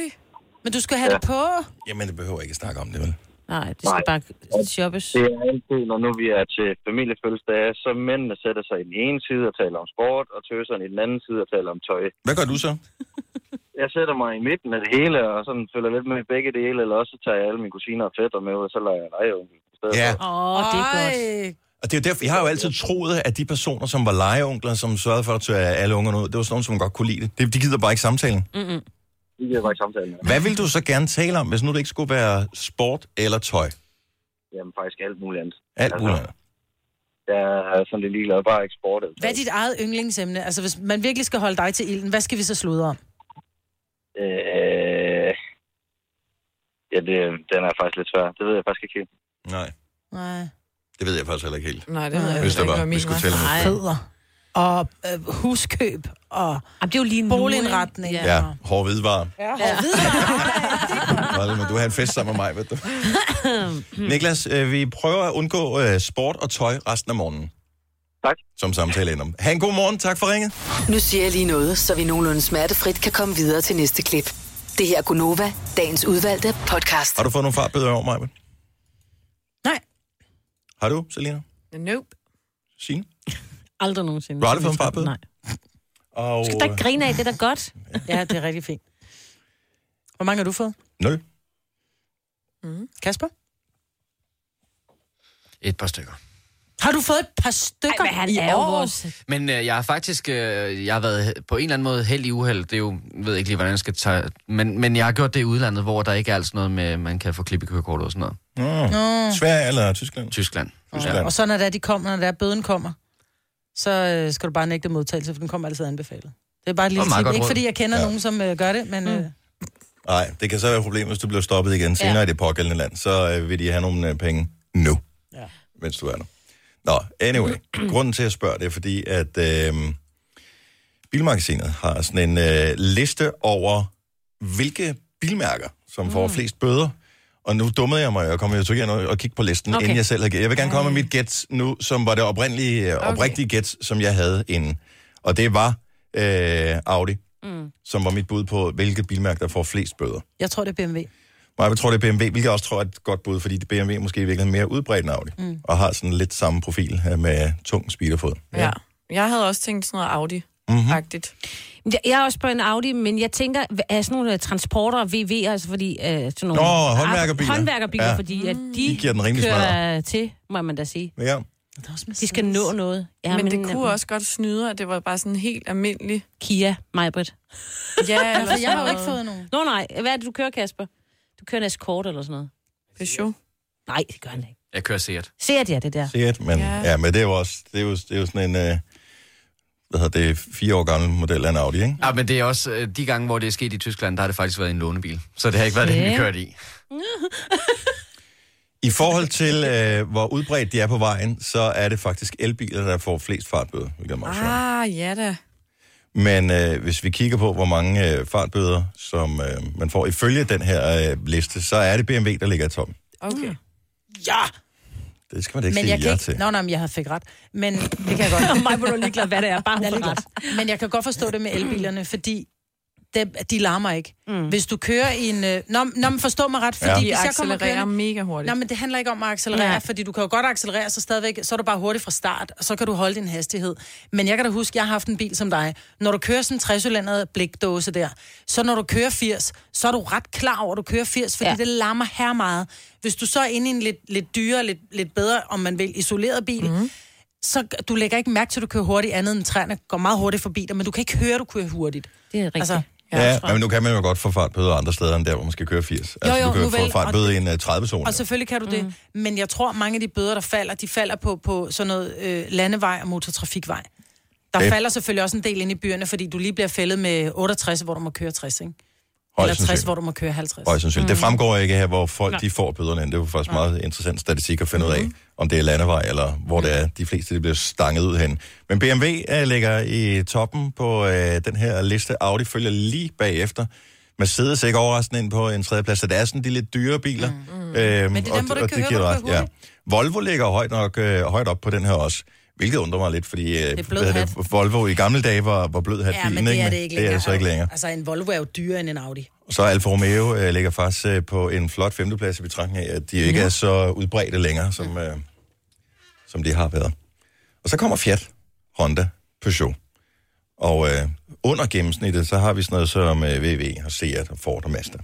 Speaker 3: Men du skal have ja.
Speaker 11: Ja.
Speaker 3: det på.
Speaker 1: Jamen, det behøver jeg ikke snakke om det, vel?
Speaker 2: Nej, det skal
Speaker 11: Nej.
Speaker 2: bare shoppes.
Speaker 11: Det er altid, når nu vi er til familiefødselsdage, så mændene sætter sig i den ene side og taler om sport, og tøserne i den anden side og taler om tøj.
Speaker 1: Hvad gør du så?
Speaker 11: Jeg sætter mig i midten af det hele, og sådan følger lidt med i begge dele, eller også så tager jeg alle mine kusiner og fætter med, og så lader jeg legeunkel. i stedet
Speaker 1: Ja,
Speaker 11: for.
Speaker 2: Åh, oh, det er godt.
Speaker 1: og det er jo derfor, jeg har jo altid troet, at de personer, som var legeonkler, som sørgede for at tage alle ungerne ud, det var sådan nogle, som godt kunne lide det. De- De gider bare ikke samtalen.
Speaker 2: Mm-mm.
Speaker 11: Det giver bare ikke samtale med.
Speaker 1: Hvad vil du så gerne tale om, hvis nu det ikke skulle være sport eller tøj?
Speaker 11: Jamen faktisk alt muligt andet.
Speaker 1: Alt muligt. andet.
Speaker 11: Jeg er sådan lidt ligeglad, bare ikke sport. eller
Speaker 3: Hvad er
Speaker 11: tøj.
Speaker 3: dit eget yndlingsemne? Altså, hvis man virkelig skal holde dig til ilden, hvad skal vi så sludre om?
Speaker 11: Øh... Ja, det, den er faktisk lidt svær. Det ved jeg faktisk ikke helt.
Speaker 1: Nej,
Speaker 3: Nej.
Speaker 1: det ved jeg faktisk heller ikke helt.
Speaker 5: Nej, det ved jeg
Speaker 1: Hvis
Speaker 5: ikke,
Speaker 1: det
Speaker 5: hvad
Speaker 1: var,
Speaker 5: min
Speaker 1: vi skulle
Speaker 5: var.
Speaker 1: tælle med.
Speaker 3: Fødder. Og øh, huskøb. Og
Speaker 2: Jamen, det er jo lige nu,
Speaker 3: boligindretning.
Speaker 2: ikke?
Speaker 1: Ja, hård hvidvarer.
Speaker 3: Ja.
Speaker 1: Hold men du har en fest sammen med mig, ved du.
Speaker 5: Mm.
Speaker 1: Niklas, øh, vi prøver at undgå øh, sport og tøj resten af morgenen.
Speaker 11: Tak.
Speaker 1: Som samtale ender om. Ha' en god morgen. Tak for ringet.
Speaker 6: Nu siger jeg lige noget, så vi nogenlunde smertefrit kan komme videre til næste klip. Det her er Gunova, dagens udvalgte podcast.
Speaker 1: Har du fået nogle fartbilleder over mig? Britt?
Speaker 3: Nej.
Speaker 1: Har du, Selina?
Speaker 5: Nope.
Speaker 1: Signe?
Speaker 2: Aldrig nogensinde.
Speaker 1: Du har aldrig fået en fartbøde?
Speaker 2: Nej.
Speaker 1: Og...
Speaker 2: Skal der grine af, det er da godt.
Speaker 3: Ja, det er rigtig fint. Hvor mange har du fået?
Speaker 1: øh, Nul.
Speaker 3: Mm. Kasper?
Speaker 12: Et par stykker.
Speaker 3: Har du fået et par stykker Ej,
Speaker 2: han
Speaker 3: i
Speaker 2: er jo
Speaker 3: år?
Speaker 2: vores-
Speaker 12: Men øh, jeg har faktisk, øh, jeg har været på en eller anden måde heldig uheld. Det er jo, jeg ved ikke lige, hvordan jeg skal tage... Men, men jeg har gjort det i udlandet, hvor der ikke er altså noget med, man kan få klip i kørekortet og sådan noget.
Speaker 1: Mm.
Speaker 3: Nå.
Speaker 1: Sverige eller Tyskland?
Speaker 12: Tyskland.
Speaker 3: Ja. Og så når det er, de kommer, når det er, bøden kommer, så øh, skal du bare nægte modtagelse, for den kommer altid anbefalet. Det er bare et lille
Speaker 1: Og meget
Speaker 3: tip.
Speaker 1: godt
Speaker 3: Ikke
Speaker 1: råd.
Speaker 3: fordi jeg kender
Speaker 1: Ja.
Speaker 3: ja. nogen, som øh, gør det, men... Øh,
Speaker 1: Nej, det kan så være et problem, hvis du bliver stoppet igen senere ja.
Speaker 3: Ja.
Speaker 1: i det pågældende land. Så øh, vil de have nogle øh, penge nu, ja. mens du er der. Nå, anyway. grunden til, at jeg spørger, det er fordi, at øh, Bilmagasinet har sådan en øh, liste over, hvilke bilmærker, som mm. får flest bøder. Og nu dummede jeg mig, og jeg kom jo til igen og og kigge på listen, okay.
Speaker 13: Okay.
Speaker 1: inden jeg selv havde gæt. Jeg vil gerne komme med mit gæt nu, som var det oprindelige, okay. oprigtige gæt, som jeg havde inden. Og det var øh, Audi,
Speaker 3: Mm.
Speaker 1: som var mit bud på, hvilket bilmærke, der får flest bøder.
Speaker 3: Jeg tror, det er BMW.
Speaker 1: Og jeg tror, det er BMW, hvilket jeg også tror er et godt bud, fordi BMW er måske i virkeligheden mere udbredt end Audi,
Speaker 5: Mm.
Speaker 1: og har sådan lidt samme profil øh, med tung speederfod.
Speaker 5: Ja. Jeg havde også tænkt sådan noget
Speaker 1: Mhm.
Speaker 5: Audi-agtigt.
Speaker 2: Jeg- Jeg er også på en Audi, men jeg tænker, hva- er sådan nogle øh, transporter og VV'er, altså fordi... Øh, sådan nogle
Speaker 1: Nå, håndværkerbiler.
Speaker 2: Håndværkerbiler,
Speaker 1: Ja.
Speaker 2: ja. fordi at
Speaker 5: Mm.
Speaker 2: de,
Speaker 1: De giver den rimelig
Speaker 2: kører til, må man da sige.
Speaker 1: Ja.
Speaker 2: De skal nå noget. øh,
Speaker 5: Ja, men, øh, men det kunne også godt snyde, at det var bare sådan helt almindelig...
Speaker 2: Kia, Majbrit.
Speaker 5: Ja, altså, eller
Speaker 2: jeg har jo
Speaker 5: sådan
Speaker 2: ikke fået nogen. Nå nej, hvad er det, du kører, Kasper? Du kører en Escort eller sådan noget.
Speaker 5: Peugeot.
Speaker 2: Nej, det gør han ikke.
Speaker 12: Jeg kører Seat.
Speaker 2: Seat, ja, det der.
Speaker 1: Seat, men, ja.
Speaker 2: Ja.
Speaker 1: ja, men det er jo også det er jo, det er jo sådan en, øh, hvad hedder det, fire år gammel model af en Audi, ikke?
Speaker 12: Ja, men det er også øh, de gange, hvor det er sket i Tyskland, der har det faktisk været en lånebil. Så det har ikke været den, vi
Speaker 1: Okay.
Speaker 12: kørte i.
Speaker 1: I forhold til, øh, hvor udbredt de er på vejen, så er det faktisk elbiler, der får flest fartbøder. hvilket er meget sjovt.
Speaker 5: Ah, ja da.
Speaker 1: Men øh, hvis vi kigger på, hvor mange øh, fartbøder, som øh, man får ifølge den her øh, liste, så er det BMW, der ligger i toppen.
Speaker 5: Okay.
Speaker 3: Ja!
Speaker 1: Det skal man da ikke
Speaker 3: men
Speaker 1: sige
Speaker 3: jeg kan
Speaker 1: ja
Speaker 3: ikke...
Speaker 1: til.
Speaker 3: Nå, nej, men jeg havde fik ret. Men det kan jeg godt.
Speaker 2: Mig må du ligeglad, hvad det er. Bare
Speaker 3: jeg ret. Men jeg kan godt forstå det med
Speaker 2: Mm.
Speaker 3: elbilerne, fordi dem, de larmer ikke. Mm. Hvis du kører i en... øh, Nå, nå men forstå mig ret, fordi
Speaker 5: Ja. De
Speaker 3: hvis jeg kommer
Speaker 5: accelererer
Speaker 3: kørende-
Speaker 5: mega hurtigt.
Speaker 3: Nå, men det handler ikke om at accelerere,
Speaker 5: Nej.
Speaker 3: ja. fordi du kan jo godt accelerere, så stadigvæk, så er du bare hurtigt fra start, og så kan du holde din hastighed. Men jeg kan da huske, jeg har haft en bil som dig. Når du kører sådan en 60 blikdåse der, så når du kører 80, så er du ret klar over, at du kører 80, fordi ja. det larmer her meget. Hvis du så er inde i en lidt, lidt dyrere, lidt, lidt bedre, om man vil, isoleret bil, mm. så g- du lægger ikke mærke til, at du kører hurtigt, andet end træerne går meget hurtigt forbi dig, men du kan ikke høre, at du kører hurtigt.
Speaker 2: Det er rigtigt.
Speaker 3: Altså,
Speaker 1: Ja, ja men nu kan man jo godt få fartbøder andre steder end der, hvor man skal køre 80. Altså,
Speaker 3: Jo, jo,
Speaker 1: du kan jo
Speaker 3: nu
Speaker 1: få
Speaker 3: vel,
Speaker 1: fartbøde i en uh, 30-zone.
Speaker 3: Og selvfølgelig kan du det, mm. men jeg tror, mange af de bøder, der falder, de falder på, på sådan noget øh, landevej og motortrafikvej. Der
Speaker 1: Det-
Speaker 3: det. falder selvfølgelig også en del ind i byerne, fordi du lige bliver fældet med 68, hvor du må køre 60, ikke? Eller 60,
Speaker 1: sandsynligt.
Speaker 3: hvor du må køre 50.
Speaker 1: Højst sandsynligt. Mm. Det fremgår ikke her, hvor folk
Speaker 3: Nej.
Speaker 1: de får bøderne ind. Det er jo faktisk meget interessant statistik at finde ud af, om det er landevej, eller hvor det er. De fleste de bliver stanget ud hen. Men BMW uh, ligger i toppen på uh, den her liste. Audi følger lige bagefter. Mercedes er ikke overraskende ind på en tredjeplads, så det er sådan de lidt dyre biler. Mm. Øhm, Men det er dem,
Speaker 13: hvor du ikke kan høre, hvor du kører
Speaker 1: Volvo ligger højt, nok, øh, højt op på den her også. Hvilket undrer mig lidt, fordi øh,
Speaker 3: er blød
Speaker 1: hvad hedder det, Volvo i gamle dage var, var blød hat
Speaker 3: Ja, men det er det ikke
Speaker 1: det er det så ikke længere.
Speaker 3: Altså, en Volvo er jo dyrere end en Audi.
Speaker 1: Så Alfa Romeo øh, ligger faktisk øh, på en flot femteplads i betragtning af, at de ikke
Speaker 3: Nå.
Speaker 1: er så udbredte længere, som, øh, som de har været. Og så kommer Fiat, Honda, Peugeot. Og øh, under gennemsnittet, så har vi sådan noget som øh, VW og Seat og Ford og Mazda.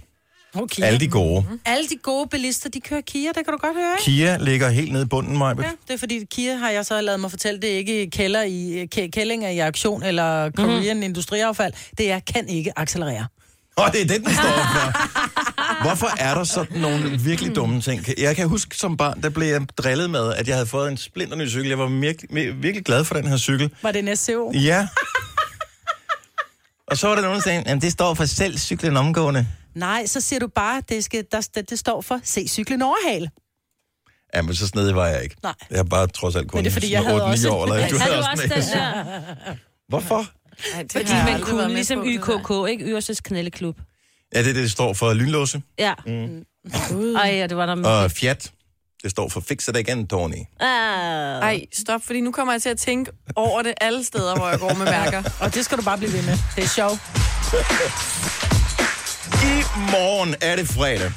Speaker 3: Okay.
Speaker 1: Alle de gode.
Speaker 3: Alle de gode bilister, de kører Kia, det kan du godt høre, ikke?
Speaker 1: Kia ligger helt nede i bunden, Maja.
Speaker 3: Ja, det er fordi Kia har jeg så lavet mig fortælle, det er ikke kælder i, kæ- kællinger i aktion eller Korean mm. industriaffald. Det er, kan ikke accelerere.
Speaker 1: Og det er den, der står for. Hvorfor er der sådan nogle virkelig dumme ting? Jeg kan huske som barn, der blev jeg drillet med, at jeg havde fået en splinterny cykel. Jeg var virkelig, virkelig glad for den her cykel.
Speaker 3: Var det en SCO?
Speaker 1: Ja. Og så var der nogen, der sagde, at det står for selv cyklen omgående.
Speaker 3: Nej, så siger du bare, det, skal, der, det, det står for, se cyklen overhale.
Speaker 1: Ja, men så snedig var jeg ikke.
Speaker 3: Nej.
Speaker 1: Jeg har bare trods alt kun
Speaker 3: Men det er, fordi jeg havde
Speaker 1: 8-9
Speaker 3: også...
Speaker 1: år. Eller,
Speaker 2: du havde også
Speaker 1: sådan
Speaker 2: den
Speaker 1: en.
Speaker 2: der.
Speaker 1: Hvorfor?
Speaker 5: Ej, det
Speaker 2: Fordi
Speaker 5: har jeg
Speaker 2: man
Speaker 5: aldrig været
Speaker 2: kunne
Speaker 5: med
Speaker 2: ligesom
Speaker 5: på, det der.
Speaker 2: YKK, ikke? Yrses Knælleklub.
Speaker 1: Ja, det er det, det står for lynlåse.
Speaker 2: Ja.
Speaker 1: Mm.
Speaker 2: Ej, ja, det var der
Speaker 1: Og Fiat, det står for fikser dig igen, Tony.
Speaker 5: Ej, stop, fordi nu kommer jeg til at tænke over det alle steder, hvor jeg går med mærker.
Speaker 3: Og det skal du bare blive ved med. Det er sjovt.
Speaker 1: I morgen er det fredag.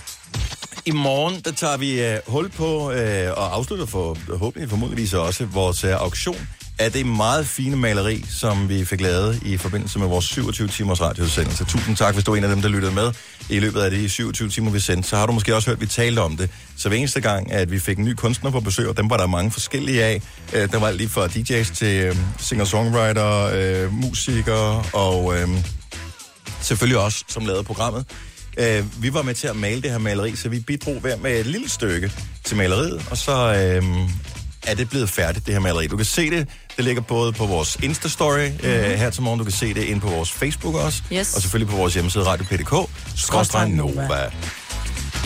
Speaker 1: I morgen, der tager vi øh, hul på øh, og afslutter for, forhåbentlig formodentligvis også vores øh, auktion af det meget fine maleri, som vi fik lavet i forbindelse med vores 27 timers radiosendelse. Tusind tak, hvis du er en af dem, der lyttede med i løbet af de 27 timer, vi sendte. Så har du måske også hørt, at vi talte om det. Så hver eneste gang, at vi fik en ny kunstner på besøg, og dem var der mange forskellige af. Øh, Der var alt lige fra DJ's til øh, singer-songwriter, øh, musikere og øh, selvfølgelig os, som lavede programmet. Øh, vi var med til at male det her maleri, så vi bidrog hver med et lille stykke til maleriet, og så øh, er det blevet færdigt, det her maleri. Du kan se det, det ligger både på vores Insta-story mm-hmm. øh, her til morgen, du kan se det inde på vores Facebook også,
Speaker 13: Yes.
Speaker 1: og selvfølgelig på vores hjemmeside radio.pdk, skråstreg Nova.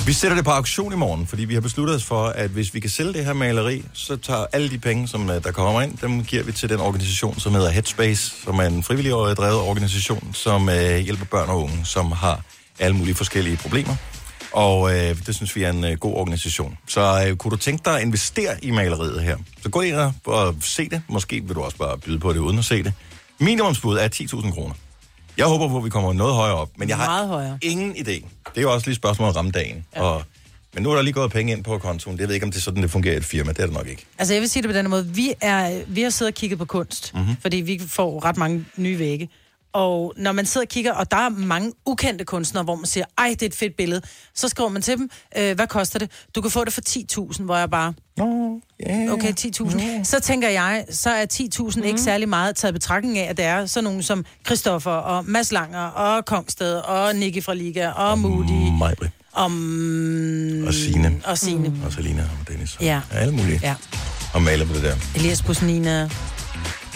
Speaker 1: Vi sætter det på auktion i morgen, fordi vi har besluttet os for, at hvis vi kan sælge det her maleri, så tager alle de penge, som øh, der kommer ind, dem giver vi til den organisation, som hedder Headspace, som er en frivillig øh, drevet organisation, som øh, hjælper børn og unge, som har alle mulige forskellige problemer. Og øh, det synes vi er en øh, god organisation. Så øh, kunne du tænke dig at investere i maleriet her, så gå ind og- og se det. Måske vil du også bare byde på det uden at se det. Minimumsbud er 10.000 kroner. Jeg håber på, at vi kommer noget højere op, men jeg har
Speaker 3: Meget højere.
Speaker 1: ingen idé. Det er jo også lige et spørgsmål om ramdagen. Ja. Og, men nu er der lige gået penge ind på kontoen. Jeg ved ikke, om det er sådan, det fungerer i et firma. Det er det nok ikke.
Speaker 3: Altså, jeg vil sige det på den her måde. Vi, er, vi har siddet og kigget på kunst,
Speaker 1: Mhm.
Speaker 3: mm-hmm. fordi vi får ret mange nye vægge. Og når man sidder og kigger, og der er mange ukendte kunstnere, hvor man siger, ej, det er et fedt billede, så skriver man til dem, øh, hvad koster det? Du kan få det for 10.000, hvor jeg bare...
Speaker 1: Nå, yeah,
Speaker 3: Okay, 10.000. Yeah. Så tænker jeg, så er 10.000 mm. ikke særlig meget taget i betragtning af, at der er sådan nogen som Christoffer og Mads Langer og Kongsted og Nicky fra Liga og, og Moody
Speaker 1: Mig,
Speaker 3: og,
Speaker 1: og Signe.
Speaker 3: og Signe.
Speaker 1: Mm. Og Selina og Dennis.
Speaker 3: Ja.
Speaker 1: Og alle mulige.
Speaker 3: Ja.
Speaker 1: Og maler på det der.
Speaker 3: Elias Busnina.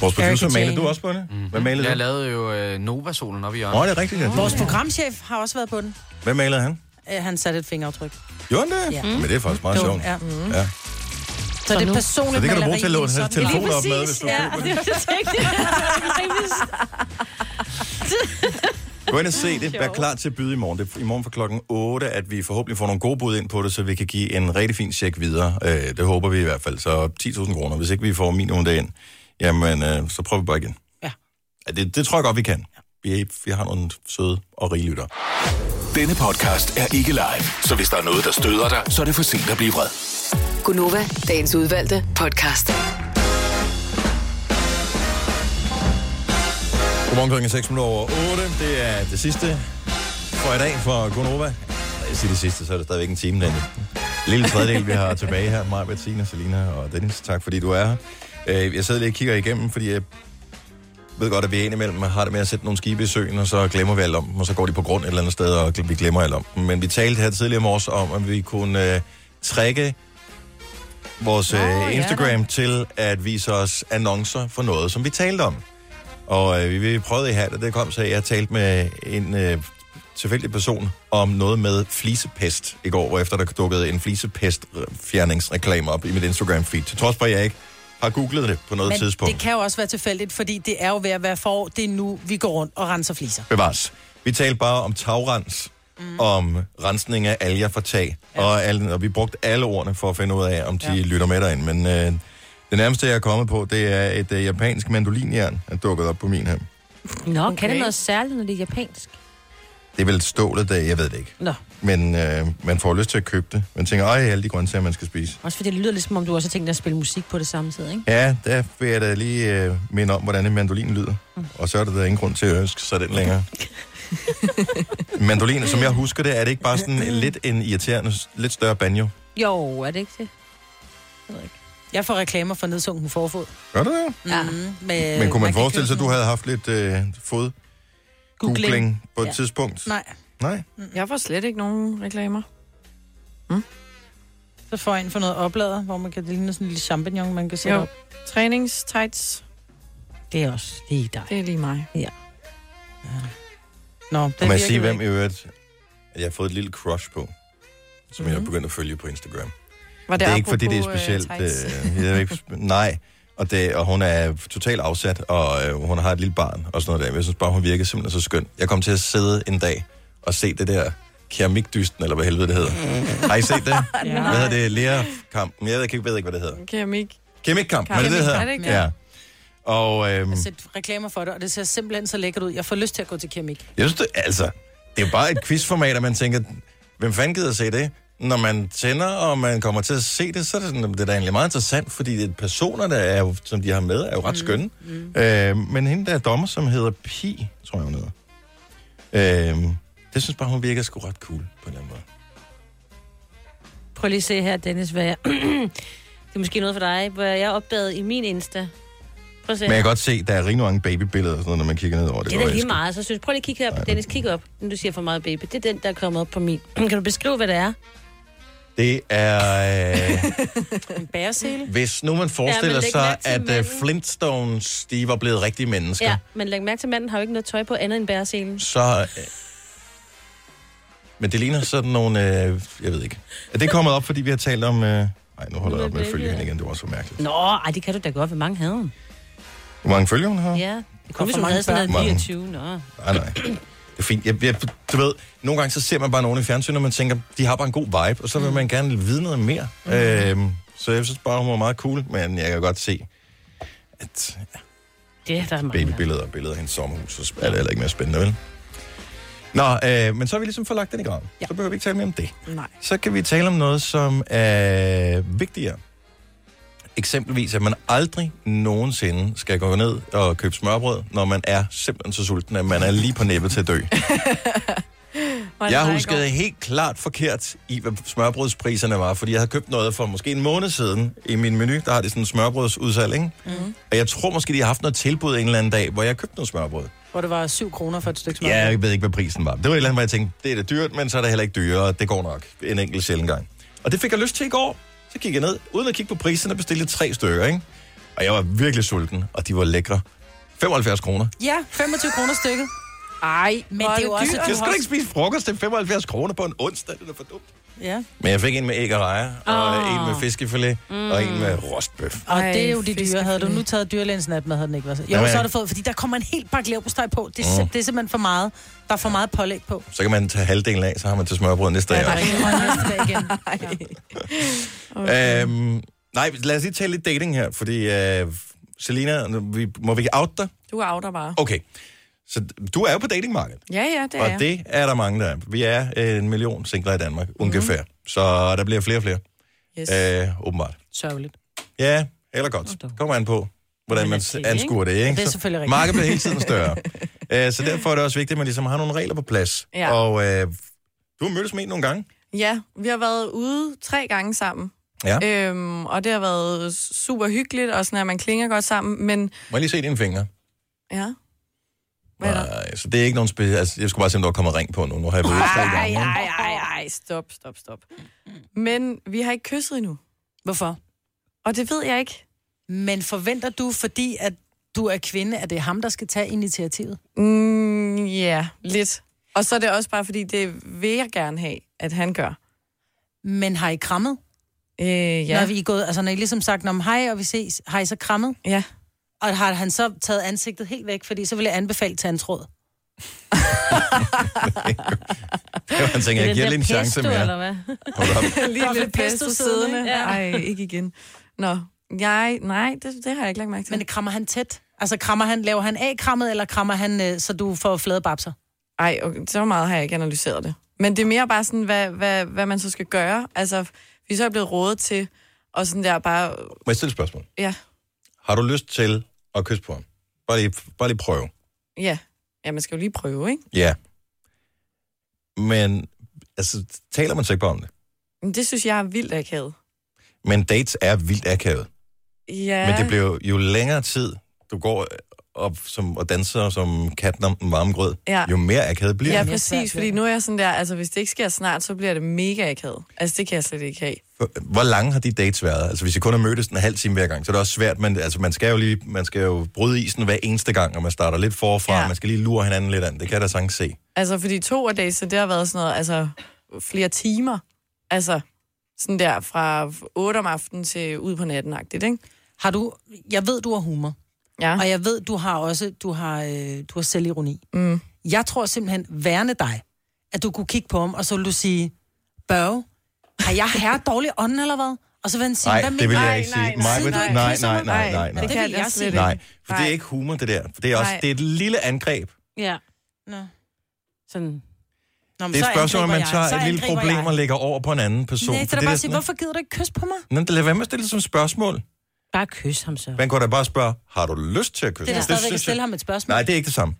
Speaker 1: Vores producer
Speaker 3: Erika
Speaker 1: maler
Speaker 3: Jane.
Speaker 1: du også på det? Mm. Hvad malede
Speaker 12: Mhm. Jeg
Speaker 1: du?
Speaker 12: lavede jo øh, Nova-solen op i hjørnet.
Speaker 1: Nå, det er rigtigt. Ja.
Speaker 3: Vores programchef har også været på den.
Speaker 1: Hvad malede han?
Speaker 3: Øh, Han satte et fingeraftryk.
Speaker 1: Gjorde han det?
Speaker 3: Ja.
Speaker 1: Men det er faktisk meget
Speaker 3: Det var-
Speaker 1: sjovt.
Speaker 3: ja. Mhm.
Speaker 1: ja.
Speaker 3: Så, det er
Speaker 1: nu-
Speaker 3: personligt
Speaker 1: Så det kan du bruge
Speaker 3: maleri
Speaker 1: til at låne
Speaker 3: i sådan-
Speaker 1: telefoner
Speaker 3: Ja,
Speaker 1: op med,
Speaker 3: præcis,
Speaker 1: hvis du
Speaker 3: ja.
Speaker 1: køber det.
Speaker 2: Det tænkte
Speaker 1: Gå ind og se det. Vær klar til at byde i morgen. Det er i morgen fra klokken 8, at vi forhåbentlig får nogle gode bud ind på det, så vi kan give en rigtig fin check videre. Øh, det håber vi i hvert fald. Så 10.000 kroner. Hvis ikke vi får minimum det ind, jamen, øh, så prøver vi bare igen.
Speaker 3: Ja.
Speaker 1: ja det, det tror jeg godt, vi kan. Vi, vi har nogle søde og rige lytter.
Speaker 7: Denne podcast er ikke live, så hvis der er noget, der støder dig, så er det for sent at blive vred.
Speaker 6: Gunova, dagens udvalgte podcast.
Speaker 1: Godmorgen klokken 6 minutter over 8. Det er det sidste for i dag for Gonova. Når jeg siger det sidste, så er det stadigvæk en time derinde. Lille tredjedel, vi har tilbage her. Maja, Bettina, Selina og Dennis. Tak, fordi du er her. Øh, Jeg sidder lige og kigger igennem, fordi jeg ved godt, at vi indimellem har det med at sætte nogle skibe i søen, og så glemmer vi alt om dem, og så går de på grund et eller andet sted, og vi glemmer alt om dem. Men vi talte her tidligere om års om, at vi kunne øh, trække vores øh, Instagram til at vise os annoncer for noget, som vi talte om. Og øh, vi prøvede i hat, og det kom så, af, at jeg talte med en øh, tilfældig person om noget med flisepest i går, hvor efter der dukkede en flisepest-fjerningsreklame op i mit Instagram-feed, til trods for, at jeg ikke har googlet det på noget
Speaker 3: Men
Speaker 1: tidspunkt.
Speaker 3: det kan jo også være tilfældigt, fordi det er jo ved at være forår. Det er nu, vi går rundt og renser fliser.
Speaker 1: Bevares. Vi talte bare om tagrens, mm. om rensning af alger fra tag, ja. og, al, og vi brugte alle ordene for at finde ud af, om de ja. lytter med derinde. Men øh, det nærmeste, jeg er kommet på, det er et øh, japansk mandolinjern, der er dukket op på min her.
Speaker 2: Nå, okay. kan det noget særligt, når det er japansk?
Speaker 1: Det er vel stålet, der, jeg ved det ikke.
Speaker 2: Nå.
Speaker 1: Men øh, man får lyst til at købe det. Man tænker, ej, alle de grøntsager, man skal spise.
Speaker 2: Også fordi det lyder lidt som om, du også har tænkt dig at spille musik på det samme tid, ikke?
Speaker 1: Ja, der vil jeg da lige øh, minde om, hvordan en mandolin lyder. Mm. Og så er der da ingen grund til at ønske sig den længere. mandolin, som jeg husker det, er det ikke bare sådan lidt en irriterende, lidt større banjo?
Speaker 3: Jo, er det ikke det? Jeg, ved ikke. jeg får reklamer for nedsunken forfod.
Speaker 1: Gør det det?
Speaker 3: Ja. Mm, med,
Speaker 1: Men kunne man,
Speaker 3: kan
Speaker 1: forestille sig, at
Speaker 3: købe
Speaker 1: du havde haft lidt øh, fod
Speaker 3: Googling.
Speaker 1: googling på et
Speaker 5: Ja.
Speaker 1: ja. tidspunkt?
Speaker 3: Nej.
Speaker 1: Nej.
Speaker 5: Jeg får slet ikke nogen reklamer.
Speaker 3: sådan- Så får jeg ind for noget oplader, hvor man kan det ligner sådan en lille champignon, man kan sætte
Speaker 5: Jo.
Speaker 3: op.
Speaker 5: Træningstights.
Speaker 3: Det er også lige dig.
Speaker 5: Det er lige mig.
Speaker 3: Ja. Nå, det
Speaker 1: Kan man
Speaker 3: virker
Speaker 1: sige,
Speaker 3: jo
Speaker 1: hvem i
Speaker 3: ikke.
Speaker 1: øvrigt, at jeg har fået et lille crush på, som
Speaker 3: Mhm.
Speaker 1: mm-hmm. jeg er begyndt at følge på Instagram.
Speaker 5: Var det
Speaker 1: det er ikke, fordi det er
Speaker 5: apropos, øh,
Speaker 1: specielt...
Speaker 5: tights?
Speaker 1: Øh, jeg er ikke, sp- nej, og, det, og hun er totalt afsat, og øh, hun har et lille barn og sådan noget der. Men jeg synes bare, hun virker simpelthen så skøn. Jeg kom til at sidde en dag og se det der keramikdysten, eller hvad helvede det hedder. Har I set det?
Speaker 5: Ja.
Speaker 1: Hvad hedder det? Lærerkampen? Jeg ved ikke, jeg ved ikke, hvad det hedder.
Speaker 5: Keramik.
Speaker 1: Keramikkamp, men det
Speaker 5: Keramik,
Speaker 1: hedder.
Speaker 5: er det ikke det? Altså,
Speaker 1: ja. Og øhm,
Speaker 3: Jeg sætter reklamer for det, og det ser simpelthen så lækkert ud. Jeg får lyst til at gå til keramik.
Speaker 1: jeg synes, det, altså, det er jo bare et quizformat, og man tænker, hvem fanden gider se det? når man tænder, og man kommer til at se det, så er det, sådan, det er da egentlig meget interessant, fordi det- personerne, der er, jo- som de har med, er jo ret skønne. Mm. Øh, men hende, der er dommer, som hedder Pi, tror jeg, hun hedder. Øh, det synes bare, hun virker sgu ret cool på den måde.
Speaker 2: Prøv lige at se her, Dennis, hvad jeg... det er måske noget for dig, hvad jeg opdagede i min Insta. Prøv at se
Speaker 1: Men jeg
Speaker 2: her.
Speaker 1: kan godt se, der er rimelig mange babybilleder, og sådan noget, når man kigger ned over det.
Speaker 2: Det er da lige meget, så synes Prøv lige at kigge her på Dennis, kig op, når du siger for meget baby. Det er den, der er kommet op på min. Kan du beskrive, hvad det er?
Speaker 1: Det er... Øh,
Speaker 2: En bæresele?
Speaker 1: Hvis nu man
Speaker 2: Ja,
Speaker 1: forestiller ja,
Speaker 2: men læg
Speaker 1: sig,
Speaker 2: mærke til
Speaker 1: at uh,
Speaker 2: manden.
Speaker 1: Flintstones, de var blevet rigtige mennesker, ja.
Speaker 2: Ja, men læg mærke til, at manden har jo ikke noget tøj på andet end bæreselen.
Speaker 1: så... Uh, men det ligner sådan nogle... Uh, jeg ved ikke. Er det kommet op, fordi vi har talt om... Nej, uh, nu holder jeg op med at følge hende igen. Det var så mærkeligt.
Speaker 2: Nå, ej, det kan du da godt. Hvor mange havde hun?
Speaker 1: Hvor mange følger hun har?
Speaker 2: Ja, det kunne
Speaker 1: Og
Speaker 2: hvis
Speaker 1: for
Speaker 2: hun
Speaker 1: mange
Speaker 2: havde sådan
Speaker 1: børn.
Speaker 2: noget 29. Nå.
Speaker 1: Nej, nej. Det er fint. Jeg, jeg, du ved, nogle gange så ser man bare nogen i fjernsynet, og man tænker, de har bare en god vibe, og så vil man gerne vide noget mere. Mm. Øhm, så jeg synes bare, hun var meget cool, men jeg kan godt se, at
Speaker 2: Det er der mange.
Speaker 1: babybilleder og billeder af hendes sommerhus, så er det heller ikke mere spændende, vel? Nå, øh, men så har vi ligesom fået lagt den i graven. Ja. Så behøver vi ikke tale mere om det.
Speaker 5: Nej.
Speaker 1: Så kan vi tale om noget, som er vigtigere. Eksempelvis, at man aldrig nogensinde skal gå ned og købe smørbrød, når man er simpelthen så sulten, at man er lige på nippet til at dø. Jeg huskede helt klart forkert i, hvad smørbrødspriserne var, fordi jeg havde købt noget for måske en måned siden i min menu. Der har de sådan en smørbrødsudsalg, ikke?
Speaker 3: Mm.
Speaker 1: Og jeg tror måske, de har haft noget tilbud en eller anden dag, hvor jeg købte noget smørbrød.
Speaker 3: Hvor det var 7 kroner for et stykke smør.
Speaker 1: Ja, jeg ved ikke, hvad prisen var. Det var et eller andet, hvor jeg tænkte, det er da dyrt, men så er det heller ikke dyrere. Det går nok en enkelt sjældent gang. Og det fik jeg lyst til i går. Så gik jeg ned, uden at kigge på prisen, og bestilte tre stykker, ikke? Og jeg var virkelig sulten, og de var lækre. 75 kroner.
Speaker 3: Ja, 25 kroner stykket. Ej, men det er jo også...
Speaker 1: Jeg skal da ikke spise frokost til 75 kroner på en onsdag, det er da for dumt.
Speaker 3: Ja.
Speaker 1: Men jeg fik en med æg og rejer, og
Speaker 3: Åh.
Speaker 1: en med fiskefilet,
Speaker 3: Mm.
Speaker 1: og en med rostbøf.
Speaker 3: Og det er jo de dyre. Havde du nu taget dyrlægens natmad, havde den ikke været så. Jo,
Speaker 1: Jamen,
Speaker 3: så har du fået, fordi der kommer en helt pakke leverpostej på. Det er, sim-
Speaker 1: Mm.
Speaker 3: det er simpelthen for meget. Der er for meget pålæg på.
Speaker 1: Så kan man tage halvdelen af, så har man til smørbrød næste dag.
Speaker 3: Ja, der er
Speaker 1: også.
Speaker 3: ikke meget næste dag igen.
Speaker 1: Okay. Øhm, nej, lad os lige tale lidt dating her, fordi øh, Selina, nu- vi, må vi ikke out dig?
Speaker 5: Du er outer bare.
Speaker 1: Okay, så du er jo på datingmarkedet,
Speaker 5: Ja, ja, det er
Speaker 1: og
Speaker 5: jeg.
Speaker 1: det er der mange, der er. Vi er øh, en million singler i Danmark, ungefær, så der bliver flere og flere,
Speaker 5: Yes.
Speaker 1: øh, åbenbart.
Speaker 3: Sørgeligt.
Speaker 1: Ja, eller godt. Kommer an på, hvordan man
Speaker 3: ikke?
Speaker 1: anskuer det, ikke?
Speaker 3: Det er
Speaker 1: Så
Speaker 3: selvfølgelig rigtigt.
Speaker 1: Markedet bliver hele tiden større. Øh, Så derfor er det også vigtigt, at man ligesom har nogle regler på plads.
Speaker 5: Ja.
Speaker 1: Og øh, du har mødtes med en nogle gange.
Speaker 5: Ja, vi har været ude tre gange sammen.
Speaker 1: Ja.
Speaker 5: Øhm, og det har været super hyggeligt, og sådan, at man klinger godt sammen, men
Speaker 1: Må jeg lige se dine fingre?
Speaker 5: ja.
Speaker 1: Nej, så det er ikke nogen spil... Altså, jeg skulle bare se, om der var kommet ring på nu. Nu har jeg været ude tre
Speaker 5: Ej,
Speaker 1: gange.
Speaker 5: ej, ej, ej, stop, stop, stop. Men vi har ikke kysset endnu.
Speaker 3: Hvorfor?
Speaker 5: Og det ved jeg ikke.
Speaker 3: Men forventer du, fordi at du er kvinde, at det er ham, der skal tage initiativet?
Speaker 5: Mm, ja, lidt. Og så er det også bare, fordi det vil jeg gerne have, at han gør.
Speaker 3: Men har I krammet?
Speaker 5: Øh, ja.
Speaker 3: Når vi er gået, altså når I ligesom sagt, om hej, og vi ses, har I så krammet?
Speaker 5: Ja.
Speaker 3: Og har han så taget ansigtet helt væk, fordi så vil jeg anbefale til hans råd.
Speaker 1: Han tænker, jeg giver lige en chance mere.
Speaker 2: hvad?
Speaker 5: Lige lidt
Speaker 3: pesto
Speaker 5: pesto
Speaker 3: siddende,
Speaker 5: siddende.
Speaker 3: ja.
Speaker 5: Ej, ikke igen. Nå, jeg, nej, det, det har jeg ikke lagt mærke til.
Speaker 3: Men krammer han tæt? Altså krammer han, laver han A-krammet, eller krammer han, øh, så du får flade babser?
Speaker 5: Ej, okay, så meget har jeg ikke analyseret det. Men det er mere bare sådan, hvad, hvad, hvad man så skal gøre. Altså, vi så er blevet rådet til, og sådan der bare,
Speaker 1: Må jeg stille et spørgsmål?
Speaker 5: ja,
Speaker 1: Har du lyst til at kysse på ham? Bare lige, bare lige prøve.
Speaker 5: ja. Ja, man skal jo lige prøve, ikke?
Speaker 1: Ja. Men, altså, taler man så ikke bare om det?
Speaker 5: Men det synes jeg er vildt akavet.
Speaker 1: Men dates er vildt akavet.
Speaker 5: Ja.
Speaker 1: Men det bliver jo, jo længere tid, du går op som, og danser som katten om den varme grød,
Speaker 5: Ja.
Speaker 1: jo mere akavet bliver
Speaker 5: Ja,
Speaker 1: det.
Speaker 5: præcis, fordi nu er jeg sådan der, altså hvis det ikke sker snart, så bliver det mega akavet. Altså det kan jeg slet ikke have.
Speaker 1: Hvor lange har de dates været? Altså hvis I kun har mødtes en halv time hver gang, så er det også svært, men altså, man, skal jo lige, man skal jo bryde isen hver eneste gang, og man starter lidt forfra, ja. man skal lige lure hinanden lidt an. Det kan jeg da sagtens se.
Speaker 5: Altså fordi to af days, så det har været sådan noget, altså flere timer. Altså sådan der fra 8 om aftenen til ud på natten, ikke?
Speaker 3: Har du, jeg ved, du har humor.
Speaker 5: Ja.
Speaker 3: Og jeg ved, du har også, du har, øh, du har selvironi.
Speaker 5: Mm.
Speaker 3: Jeg tror simpelthen, værende dig, at du kunne kigge på ham, og så ville du sige, Børge, har jeg herre dårlig ånd eller hvad? Og så vil han sige,
Speaker 1: Nej,
Speaker 3: hvad
Speaker 1: det
Speaker 3: mener
Speaker 1: vil
Speaker 3: du?"
Speaker 1: jeg ikke sige. Mig vil-
Speaker 3: Siden du
Speaker 1: nej,
Speaker 3: kysser
Speaker 1: nej,
Speaker 3: mig.
Speaker 1: nej, nej, nej.
Speaker 3: Det kan jeg slet ikke.
Speaker 1: Nej, for det er ikke humor, det der. For det er også
Speaker 3: Nej.
Speaker 1: det er et lille angreb.
Speaker 2: Ja.
Speaker 3: Nå.
Speaker 2: Sådan.
Speaker 3: Nå, men
Speaker 1: Det er
Speaker 3: så
Speaker 1: et spørgsmål, om man
Speaker 3: angriber
Speaker 1: tager
Speaker 3: jeg.
Speaker 1: et
Speaker 3: Så
Speaker 1: lille
Speaker 3: angriber
Speaker 1: problem
Speaker 3: jeg.
Speaker 1: og lægger over på en anden person.
Speaker 3: Nej, så
Speaker 1: For
Speaker 3: er der
Speaker 1: er
Speaker 3: bare
Speaker 1: sådan
Speaker 3: at sige,
Speaker 1: noget-
Speaker 3: hvorfor gider du ikke kysse på mig?
Speaker 1: Nå, det lader være med at stille det som spørgsmål.
Speaker 2: Bare kys ham så.
Speaker 1: Man kan da bare spørge, har du lyst til at kysse?
Speaker 3: Det er da
Speaker 1: mig?
Speaker 3: stadigvæk at
Speaker 1: synes
Speaker 3: stille
Speaker 1: jeg-
Speaker 3: ham et spørgsmål.
Speaker 1: Nej, det er ikke det samme.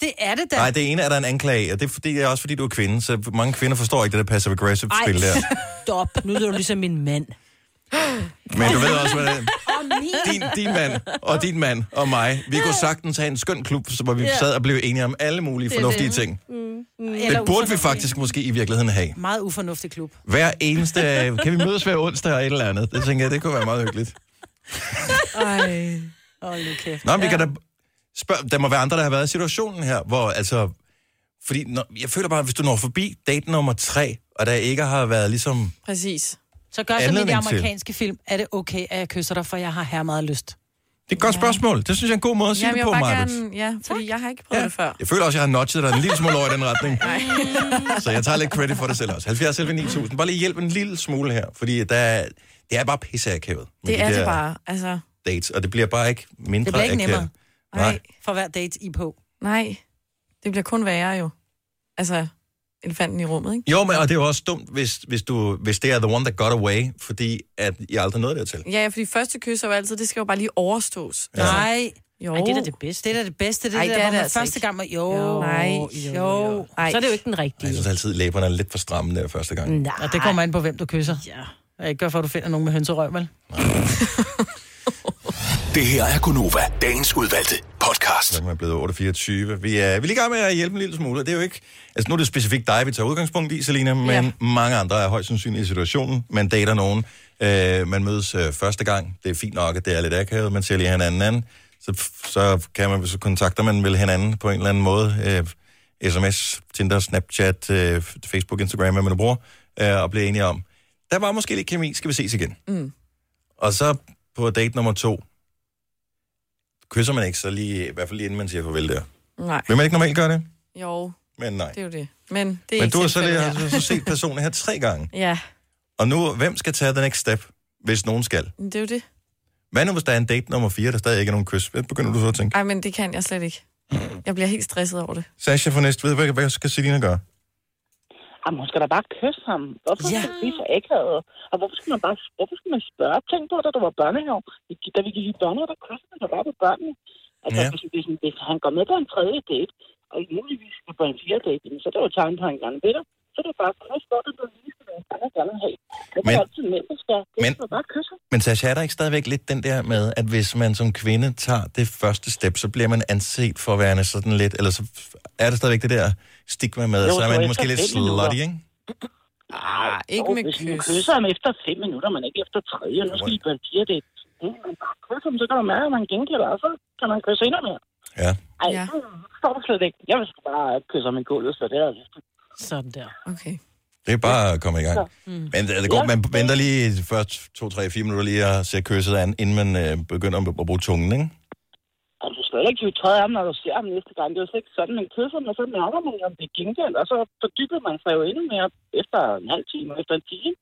Speaker 3: Det er det da.
Speaker 1: Nej, det ene er der en anklage, og det er, fordi, det er også fordi, du er kvinde, så mange kvinder forstår ikke det der passive-aggressive-spil der.
Speaker 2: stop. Nu er du ligesom min mand.
Speaker 1: Men du ved også, hvad det er.
Speaker 2: Og min.
Speaker 1: Din, din mand og din mand og mig, vi kunne sagtens have en skøn klub, så hvor vi
Speaker 3: Ja.
Speaker 1: sad og blev enige om alle mulige
Speaker 3: Det er
Speaker 1: fornuftige
Speaker 3: det.
Speaker 1: ting.
Speaker 3: Mm.
Speaker 1: Det burde vi faktisk måske i virkeligheden have.
Speaker 3: Meget ufornuftig klub.
Speaker 1: Hver eneste... øh, Kan vi mødes hver onsdag og et eller andet? Det tænker jeg, det kunne være meget hyggeligt.
Speaker 3: Ej. Hold nu kæft.
Speaker 1: Nå, men vi kan da spørge, der må være andre, der har været i situationen her, hvor altså... Fordi når, jeg føler bare, at hvis du når forbi date nummer tre, og der ikke har været ligesom...
Speaker 3: Præcis. Så gør som i de
Speaker 1: Anledning til.
Speaker 3: amerikanske film. Er det okay, at jeg kysser dig, for jeg har her meget lyst?
Speaker 1: Det er et godt spørgsmål. Det synes jeg er en god måde at sige
Speaker 5: Jamen, jeg
Speaker 1: det på,
Speaker 5: vil bare
Speaker 1: Maja.
Speaker 5: gerne... Ja, fordi jeg har ikke prøvet ja. det før.
Speaker 1: Jeg føler også, at jeg har notchet dig en lille smule over i den retning. Så jeg tager lidt credit for det selv også. 70 11 9000. Bare lige hjælp en lille smule her, fordi der, er- det er bare pisseakavet. med
Speaker 5: Det
Speaker 1: de
Speaker 5: er
Speaker 1: der
Speaker 5: det bare. Altså,
Speaker 1: Dates, og det bliver bare ikke mindre
Speaker 3: Det bliver ikke
Speaker 1: akavet.
Speaker 3: nemmere.
Speaker 1: Nej.
Speaker 3: For hver date I er på.
Speaker 5: nej. Det bliver kun værre jo. Altså, elefanten i rummet, ikke?
Speaker 1: Jo, men og det er jo også dumt, hvis, hvis, du, hvis det er the one that got away, fordi at jeg aldrig nåede dertil.
Speaker 5: Ja, ja, fordi første kys er jo altid, det skal jo bare lige overstås.
Speaker 1: Ja.
Speaker 3: Nej.
Speaker 5: Jo.
Speaker 2: Ej, det er da det bedste.
Speaker 3: Det er da det bedste. Det er
Speaker 5: Ej,
Speaker 3: det, der,
Speaker 5: det er
Speaker 3: hvor
Speaker 5: det
Speaker 3: man
Speaker 5: altså
Speaker 3: første
Speaker 5: ikke.
Speaker 3: gang... Man... Jo, jo,
Speaker 5: Nej.
Speaker 3: jo. jo.
Speaker 2: Ej. Så er det jo ikke den rigtige.
Speaker 1: Jeg synes altid, at læberne er lidt for stramme der første gang.
Speaker 2: Nej.
Speaker 3: Og det kommer an på, hvem du kysser. Ja. Ikke gør for, at du finder nogen med hønserøv, vel?
Speaker 7: Det her er Gunova, dagens udvalgte podcast.
Speaker 1: Klokken er blevet 8.24. Vi er, vi er lige i gang med at hjælpe en lille smule. og Det er jo ikke, altså nu er det specifikt dig, vi tager udgangspunkt i, Selina, men ja. mange andre er højst sandsynligt i situationen. Man dater nogen, øh, man mødes øh, første gang, det er fint nok, at det er lidt akavet, man ser lige hinanden anden, så, så, kan man, så kontakter man vel hinanden på en eller anden måde. Øh, sms, Tinder, Snapchat, øh, Facebook, Instagram, hvad man nu bruger, øh, og bliver enige om. Der var måske lidt kemi, skal vi ses igen.
Speaker 5: Mm.
Speaker 1: Og så på date nummer to, kysser man ikke, så lige, i hvert fald lige inden man siger farvel der.
Speaker 5: Nej.
Speaker 1: Vil man ikke normalt gøre det?
Speaker 5: Jo,
Speaker 1: Men nej.
Speaker 5: det er jo det. Men det er
Speaker 1: Men
Speaker 5: ikke
Speaker 1: du har så, altså.
Speaker 5: tilfældet
Speaker 1: lige,
Speaker 5: her.
Speaker 1: har så set personen her tre gange.
Speaker 5: Ja,
Speaker 1: Og nu, hvem skal tage the next step, hvis nogen skal?
Speaker 5: men det er jo det.
Speaker 1: Hvad nu, hvis der er en date nummer 4, der stadig ikke er nogen kys? Hvad begynder du så at tænke?
Speaker 5: Ej, men det kan jeg slet ikke. Jeg bliver helt stresset over det.
Speaker 1: Sasha for næste, ved, hvad, hvad skal Selina gøre?
Speaker 13: Jamen, hun skal da bare kysse ham. Hvorfor ja. skal det blive så akavet? Og hvorfor skal man bare hvorfor skal man spørge? Tænk på, da du var børnehave. Vi gik- Da vi gik i børnehave, der kyssede man da bare på børnene. Altså,
Speaker 1: Ja.
Speaker 13: ja. hvis, hvis, hvis, han går med på en tredje date, og muligvis skal på en fjerde date, jamen, så er det jo et tegn på, at han gerne vil dig. Så er det bare, at spørger du, du lige skal være gerne gerne vil have. Det er
Speaker 1: Men-
Speaker 13: men, altid mænd, der skal. Det
Speaker 1: men-
Speaker 13: skal bare kysse ham.
Speaker 1: Men Sasha, er der ikke stadigvæk lidt den der med, at hvis man som kvinde tager det første step, så bliver man anset for at være sådan lidt, eller så er der stadigvæk det der stigma med,
Speaker 13: Jo,
Speaker 1: så
Speaker 13: det
Speaker 1: er
Speaker 13: var
Speaker 1: man måske
Speaker 13: efter
Speaker 1: lidt
Speaker 13: fem minutter.
Speaker 1: slutty, ikke?
Speaker 13: Nej,
Speaker 5: Ah, ikke med
Speaker 13: hvis man
Speaker 5: kys.
Speaker 13: kysser ham efter fem minutter, men ikke efter tre, og nu skal I på en fjerde date. Mm, man bare kysser ham, så kan du mærke, at man gengælder, og så kan man kysse endnu mere.
Speaker 1: Ja.
Speaker 13: Ej, ja. det står du slet ikke. Jeg vil sgu bare kysse ham i gulvet, så det er
Speaker 3: Sådan der.
Speaker 5: Okay.
Speaker 1: Det er bare at komme i gang.
Speaker 13: Mm.
Speaker 1: Men det, det går, man venter lige først 2, 3, 4 minutter lige at se kysset an, inden man øh, begynder at, at bruge tungen, ikke?
Speaker 13: Og du skal heller ikke hive tøjet af ham, når du ser ham næste gang. Det er jo slet ikke sådan, man kysser ham, og så nærmer man ham det gengæld, og så fordyber man sig jo endnu mere efter en halv time, efter en time.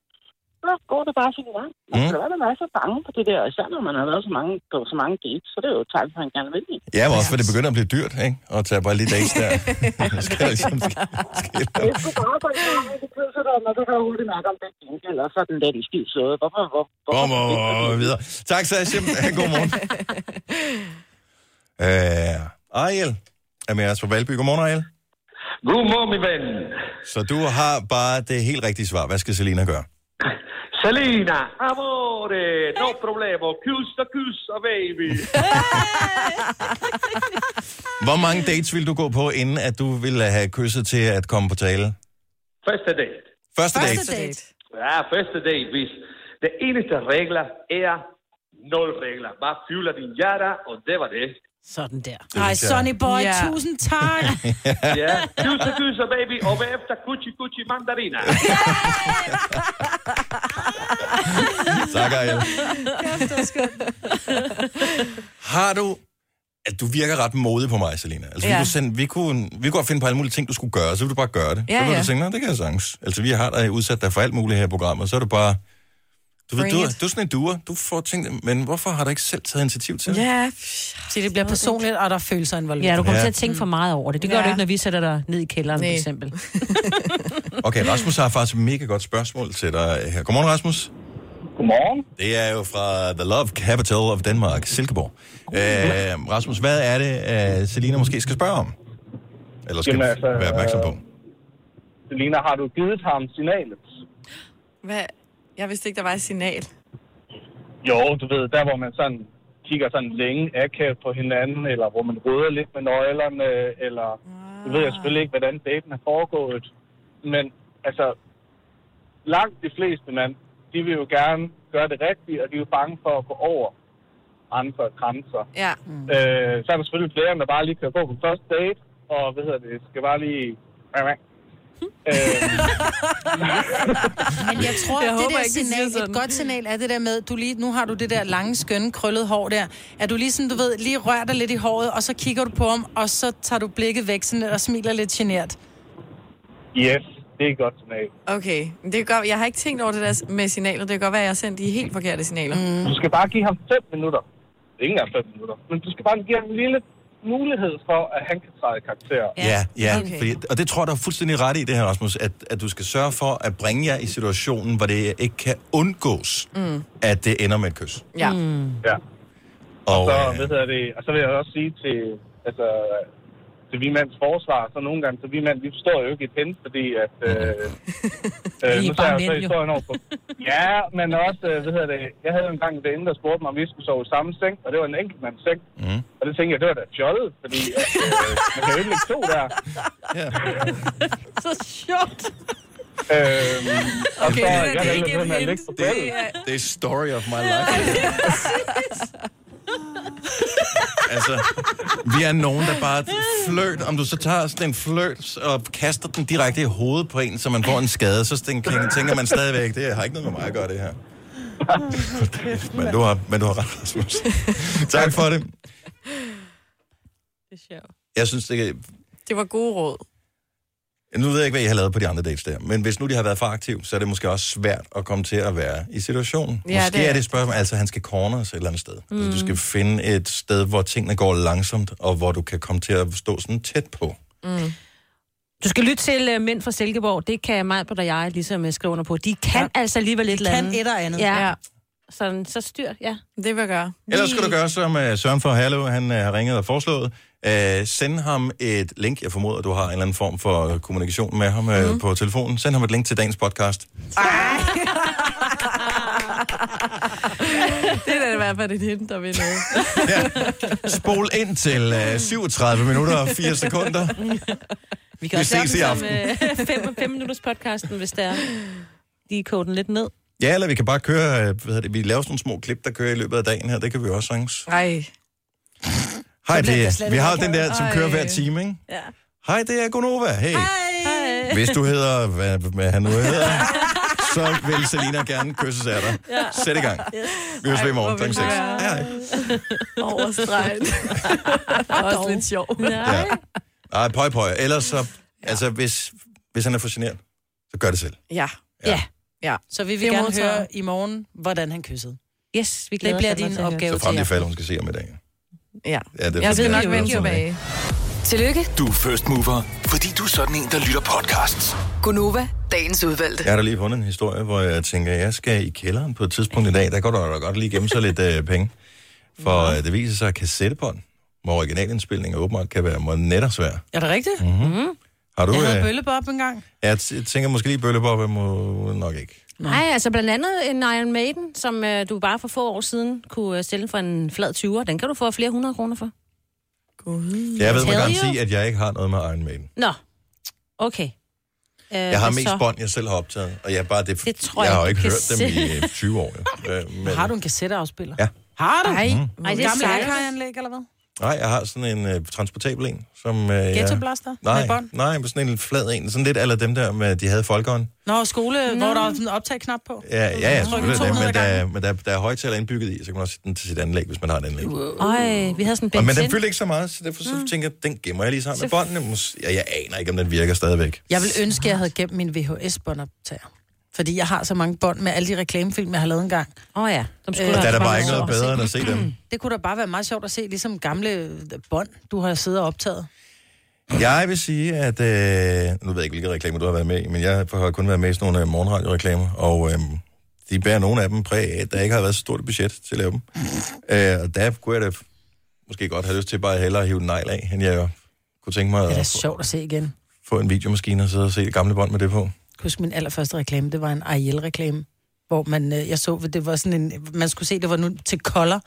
Speaker 13: Så går det bare sin vej. Man
Speaker 1: Mm.
Speaker 13: skal da være med at være så bange for det der, især når man har været så mange, på så mange dates, så det er jo et tegn, for at han gerne vil en.
Speaker 1: Ja, men også for det begynder at blive dyrt, ikke? Og tage bare lige dags der. Skal der ligesom-
Speaker 13: Det er sgu bare for at det kysser dig, når du kan hurtigt mærke om det er gengæld, og så er den der den skide søde. Hvorfor? Hvor, hvor,
Speaker 1: Kom og videre. Tak, Sasha. Godmorgen. Øh, Ariel er med os fra Valby. Godmorgen, Ariel.
Speaker 14: Godmorgen, min ven.
Speaker 1: Så du har bare det helt rigtige svar. Hvad skal Selina gøre?
Speaker 14: Selina, amore, no problemo, kyssa, kyssa, baby.
Speaker 1: Hvor mange dates vil du gå på, inden at du ville have kysset til at komme på tale?
Speaker 14: Første date.
Speaker 1: Første date. Første
Speaker 14: date. Ja, første date, hvis det eneste regler er nul regler. Bare fylder din hjerte, og det var det.
Speaker 3: Sådan der.
Speaker 14: Det synes
Speaker 3: Ej,
Speaker 14: jeg-
Speaker 3: Sonny Boy,
Speaker 14: Ja.
Speaker 3: ja. tusind tak.
Speaker 14: Ja, kyssa, kyssa, baby, og bagefter kuchi, kuchi, mandarina.
Speaker 1: Tak, Ariel. Har du... At du virker ret modig på mig, Selina. Altså, ja. vi,
Speaker 5: Ja.
Speaker 1: kunne sende, vi, kunne, vi kunne godt finde på alle mulige ting, du skulle gøre, så ville du bare gøre det. så
Speaker 5: Ja,
Speaker 1: ville
Speaker 5: ja.
Speaker 1: du tænke, nej, det kan jeg sagtens. Altså, vi har dig udsat dig for alt muligt her i programmet, så er du bare... Du, ved,
Speaker 2: Bring
Speaker 1: du,
Speaker 2: it.
Speaker 1: er- du er sådan en duer. Du får ting, men hvorfor har du ikke selv taget initiativ til det?
Speaker 3: Så det bliver personligt, og der er følelser involveret.
Speaker 2: Ja, du kommer
Speaker 1: Ja.
Speaker 2: til at tænke for meget over det. Det gør
Speaker 3: Ja.
Speaker 2: du ikke, når vi sætter dig ned i kælderen,
Speaker 3: Nej.
Speaker 2: for eksempel.
Speaker 1: Okay, Rasmus har faktisk et mega godt spørgsmål til dig her. Godmorgen, Rasmus.
Speaker 10: Godmorgen.
Speaker 1: Det er jo fra The Love Capital of Denmark, Silkeborg. Øh, Rasmus, hvad er det, uh, Selina måske skal spørge om? Eller skal
Speaker 10: Jamen,
Speaker 1: Jamen,
Speaker 10: altså,
Speaker 1: altså, være opmærksom på?
Speaker 10: Selina, har du givet ham signalet?
Speaker 5: Hvad? Jeg vidste ikke, der var et signal.
Speaker 10: Jo, du ved, der hvor man sådan kigger sådan længe akavet på hinanden, eller hvor man røder lidt med nøglerne, eller... Nu ved jeg selvfølgelig ikke, hvordan daten er foregået, men altså, langt de fleste mand, de vil jo gerne gøre det rigtigt, og de er jo bange for at gå over andre grænser.
Speaker 5: Ja.
Speaker 10: Øh, så er der selvfølgelig flere, der bare lige kan gå på første date, og hvad hedder det, skal bare lige... Øh,
Speaker 3: Men jeg tror,
Speaker 5: Jeg
Speaker 3: jeg det
Speaker 5: håber
Speaker 3: der
Speaker 5: ikke, de siger
Speaker 3: signal, et
Speaker 5: sådan. Mm.
Speaker 3: godt signal er det der med, du lige, nu har du det der lange, skønne, krøllede hår der. Er du lige sådan, du ved, lige rører dig lidt i håret, og så kigger du på ham, og så tager du blikket væk sådan, lidt og smiler lidt genert.
Speaker 10: yes, det er et godt signal.
Speaker 5: Okay, men det kan godt, jeg har ikke tænkt over det der med signaler. Det kan godt være, at jeg har sendt de helt forkerte signaler. Mm.
Speaker 10: Du skal bare give ham 5 minutter. Ingen er 5 minutter. Men du skal bare give ham en lille mulighed for, at han kan træde i karakter.
Speaker 1: Ja, ja. Okay. Fordi, og det tror jeg, du er fuldstændig ret i det her, Rasmus, at, at du skal sørge for at bringe jer i situationen, hvor det ikke kan undgås,
Speaker 10: Mm.
Speaker 1: at det ender med et kys.
Speaker 5: Ja.
Speaker 10: Mm. ja. Og,
Speaker 1: Og,
Speaker 10: så,
Speaker 1: øh,
Speaker 10: ved jeg det, og så vil jeg også sige til, altså, til vi mands forsvar, så nogle gange, så vi mænd, vi forstår jo ikke et hen, fordi at... Øh, øh, nu
Speaker 13: Vi er
Speaker 10: tager
Speaker 13: bare
Speaker 10: jeg jo så
Speaker 13: mænd, jo.
Speaker 10: historien over på. Ja, men også, øh, hvad hedder det, jeg havde jo engang en veninde, der spurgte mig, om vi skulle sove i samme seng, og det var en enkeltmandsseng.
Speaker 1: Mm.
Speaker 10: Og det tænkte jeg, det var da fjollet, fordi at, øh, man kan jo ikke lægge to der.
Speaker 2: Så sjovt.
Speaker 10: Øhm, og
Speaker 1: Okay,
Speaker 10: så,
Speaker 1: det er
Speaker 10: jeg
Speaker 1: det
Speaker 10: havde
Speaker 1: ikke
Speaker 10: lidt med at
Speaker 1: et
Speaker 10: ligge på
Speaker 1: hint. Det
Speaker 10: gulvet.
Speaker 1: Det er story of my life. altså, vi er nogen, der bare fløjt, om du så tager sådan en fløjt og kaster den direkte i hovedet på en, så man får en skade, så tænker tænker man stadigvæk, det har ikke noget med mig at gøre det her. Men du har, men du har ret, Rasmus. tak for det.
Speaker 2: Det er sjovt.
Speaker 1: Jeg synes, det,
Speaker 5: Det var gode råd.
Speaker 1: Nu ved jeg ikke, hvad I har lavet på de andre dates der, men hvis nu de har været for aktiv, så er det måske også svært at komme til at være i situationen.
Speaker 5: Ja,
Speaker 1: Ja, måske
Speaker 5: det
Speaker 1: det
Speaker 5: er
Speaker 1: er det
Speaker 5: det.
Speaker 1: et spørgsmål, altså han skal corner os et eller andet sted. Mm. Altså,
Speaker 5: Mm.
Speaker 1: du skal finde et sted, hvor tingene går langsomt, og hvor du kan komme til at stå sådan tæt på.
Speaker 2: Mm. Du skal lytte til uh, Mænd fra Silkeborg. Det kan mig, på og jeg ligesom uh, skrive under på. De kan ja. altså alligevel et eller
Speaker 3: kan
Speaker 2: andet.
Speaker 3: et og andet.
Speaker 2: Ja.
Speaker 3: Ja.
Speaker 2: ja. Sådan, så styr, ja.
Speaker 5: Det vil jeg gøre.
Speaker 1: Ellers skal du gøre som uh, Søren for Herlev, han uh, har ringet og foreslået. Uh, send ham et link. Jeg formoder, du har en eller anden form for øh, kommunikation med ham
Speaker 5: Mhm.
Speaker 1: uh, mm. på telefonen. Send ham et link til dagens podcast.
Speaker 5: det er da i hvert fald et hint, der vil noget.
Speaker 1: Spol ind til uh, 37 minutter og 4 sekunder.
Speaker 2: Vi
Speaker 1: kan Vi også lave ses den i som, aften.
Speaker 2: Som, øh, fem, fem minutters podcasten, hvis der er. De koger den lidt ned.
Speaker 1: Ja, eller vi kan bare køre, øh, hvad hedder det, vi laver sådan nogle små klip, der kører i løbet af dagen her, det kan vi også sagtens.
Speaker 5: Nej.
Speaker 1: Hej,
Speaker 5: bliver jeg
Speaker 1: det
Speaker 5: slet
Speaker 1: vi har
Speaker 5: ikke
Speaker 1: den der, som
Speaker 5: akavet.
Speaker 1: kører
Speaker 5: Ej.
Speaker 1: hver time, ikke?
Speaker 2: Ja.
Speaker 1: Hej, det er Gonova. Hey.
Speaker 2: Hej.
Speaker 1: Hvis du hedder, hvad, hvad han nu hedder, så vil Selina gerne kysses af dig.
Speaker 5: Ja.
Speaker 1: Sæt i gang.
Speaker 5: Yes.
Speaker 1: Vi høres ved i morgen kl. 6.
Speaker 5: Hej. Overstreget. Også lidt sjovt.
Speaker 1: Ja. Ej, pøj, pøj. Ellers så, altså hvis, hvis han er for generet, så gør det selv.
Speaker 5: Ja.
Speaker 3: Ja. ja. Så vi vil
Speaker 5: Det er
Speaker 3: gerne
Speaker 5: modtaget.
Speaker 3: høre i morgen, hvordan han kyssede.
Speaker 2: Yes, vi
Speaker 3: glæder
Speaker 2: glæder
Speaker 3: Det bliver
Speaker 2: os
Speaker 3: din
Speaker 2: til at høre.
Speaker 3: opgave
Speaker 1: Så
Speaker 3: til
Speaker 1: frem
Speaker 3: jer.
Speaker 1: til fald, hun skal se om i dag.
Speaker 5: Ja.
Speaker 1: Ja, det
Speaker 5: Jeg skal
Speaker 1: bliver
Speaker 5: nok
Speaker 1: det.
Speaker 5: vende tilbage.
Speaker 6: Tillykke,
Speaker 15: Du er first mover, fordi du er sådan en, der lytter podcasts.
Speaker 6: Gunova, dagens udvalgte.
Speaker 1: Jeg har da lige fundet en historie, hvor jeg tænker, jeg skal i kælderen på et tidspunkt i dag. Der går der da godt lige gemme sig lidt øh, penge. For øh, det viser sig, at kassettebånd, hvor originalindspilninger åbenbart kan være må netter svær.
Speaker 3: Er det rigtigt?
Speaker 1: Mhm. Har du...
Speaker 3: Jeg havde
Speaker 1: Øh,
Speaker 3: bøllebop engang.
Speaker 1: jeg t- tænker måske lige bøllebop, jeg må nok ikke.
Speaker 2: Nej, altså blandt andet en Iron Maiden, som øh, du bare for få år siden kunne øh, sælge for en flad 20'er. Den kan du få flere hundrede kroner for.
Speaker 5: God.
Speaker 1: Jeg ved med
Speaker 2: Tell
Speaker 1: garanti,
Speaker 2: you.
Speaker 1: at jeg ikke har noget med Iron Maiden.
Speaker 2: Nå, okay. Øh,
Speaker 1: Jeg har
Speaker 2: hvad
Speaker 1: mest
Speaker 2: så?
Speaker 1: bånd, jeg selv har optaget, og jeg, bare, det,
Speaker 2: Det tror
Speaker 1: jeg
Speaker 2: jeg,
Speaker 1: har jo
Speaker 2: du
Speaker 1: ikke
Speaker 2: kan
Speaker 1: hørt dem i
Speaker 2: se.
Speaker 1: øh, 20 år. jo. Øh, Men,
Speaker 3: Har du en kassetteafspiller?
Speaker 1: Ja.
Speaker 3: Har du?
Speaker 2: Ej.
Speaker 1: Mhm.
Speaker 3: Mm.
Speaker 2: Ej, det er
Speaker 3: Gammel
Speaker 2: sejt.
Speaker 3: Lærkøjanlæg, eller hvad?
Speaker 1: Nej, jeg har sådan en øh, transportabel en, som... Øh, jeg-
Speaker 3: Ghetto Blaster? Med
Speaker 1: Nej,
Speaker 3: bånd?
Speaker 1: nej, men sådan en flad en. Sådan lidt alle dem der, med, de havde folkeånd.
Speaker 3: Nå, skole, hvor der er sådan en optagknap på.
Speaker 1: Ja, ja, ja
Speaker 3: Trykker
Speaker 1: selvfølgelig det,
Speaker 3: 200
Speaker 1: men, der,
Speaker 3: gange.
Speaker 1: er- men der, der er højtaler indbygget i, så kan man også sætte den til sit anlæg, hvis man har et anlæg. Uh.
Speaker 2: Øj, vi havde sådan en
Speaker 1: Og, men den
Speaker 2: Benson.
Speaker 1: fyldte ikke så meget, så derfor så
Speaker 3: Mm.
Speaker 1: tænker jeg, den gemmer jeg lige sammen med båndene. Mås- Ja, jeg aner ikke, om den virker stadigvæk.
Speaker 3: Jeg vil ønske, at jeg havde gemt min VHS-båndoptager. Fordi jeg har så mange bånd med alle de reklamefilm, jeg har lavet engang.
Speaker 2: Åh oh ja. Dem
Speaker 1: skulle der er da bare ikke noget bedre end at se dem.
Speaker 3: Det kunne da bare være meget sjovt at se, ligesom gamle øh, bånd, du har siddet og optaget.
Speaker 1: Jeg vil sige, at... Øh, nu ved jeg ikke, hvilke reklamer du har været med i, men jeg har kun været med i sådan nogle øh, morgenradioreklamer, og øh, de bærer nogle af dem præg af, at der ikke har været så stort et budget til at lave dem. Øh, og der kunne jeg da f- måske godt have lyst til bare hellere at hive en negl af, end jeg kunne tænke mig
Speaker 3: Det er da
Speaker 1: at få,
Speaker 3: sjovt at se igen.
Speaker 1: få en videomaskine og sidde og se det gamle bånd med det på.
Speaker 3: Jeg husker min allerførste reklame, det var en Ariel-reklame, hvor man, øh, jeg så, at det var sådan en, man skulle se, det var nu til kolder,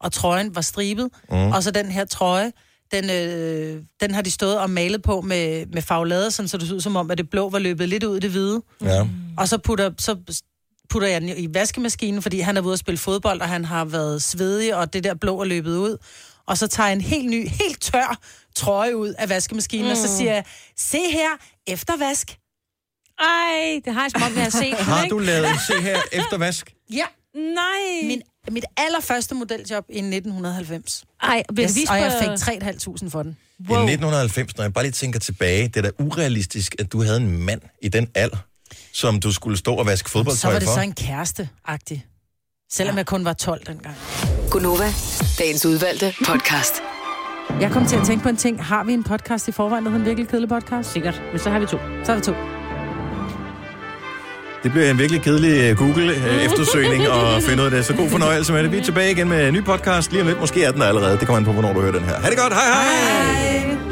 Speaker 3: og trøjen var stribet, mm.
Speaker 16: Mm.
Speaker 3: og så den her trøje, den, øh, den har de stået og malet på med, med farvelade, sådan, så det så ud som om, at det blå var løbet lidt ud i det hvide.
Speaker 1: Ja.
Speaker 3: Og så putter, så putter jeg den i vaskemaskinen, fordi han er ude at spille fodbold, og han har været svedig, og det der blå er løbet ud. Og så tager jeg en helt ny, helt tør trøje ud af vaskemaskinen, mm. og så
Speaker 2: Mm.
Speaker 3: siger jeg, se her, eftervask.
Speaker 2: Ej, det har jeg som om, jeg har set.
Speaker 1: Har du lavet se her eftervask?
Speaker 3: Ja.
Speaker 2: Nej.
Speaker 3: Min, mit allerførste modeljob i 1990.
Speaker 2: Ej,
Speaker 3: og,
Speaker 2: blev det vist
Speaker 3: og
Speaker 2: på-
Speaker 3: jeg fik 3.500 for den.
Speaker 1: Wow. I 1990, når jeg bare lige tænker tilbage, det er da urealistisk, at du havde en mand i den alder, som du skulle stå og vaske
Speaker 3: Så
Speaker 1: fodboldtøj
Speaker 3: var
Speaker 1: for.
Speaker 3: det så en kæreste-agtig. Selvom ja. jeg kun var 12 dengang.
Speaker 6: Gunova, dagens udvalgte podcast.
Speaker 3: Jeg kom til at tænke på en ting. Har vi en podcast i forvejen, der hedder en virkelig kedelig podcast?
Speaker 2: Sikkert, men så har vi to.
Speaker 3: Så har vi to.
Speaker 1: Det bliver en virkelig kedelig øh, Google-eftersøgning at finde ud af det. Så god fornøjelse med det. Vi er tilbage igen med en ny podcast lige om lidt. Måske er den der allerede. Det kommer an på, hvornår du hører den her. Ha' det godt. Hej hej.
Speaker 3: hej.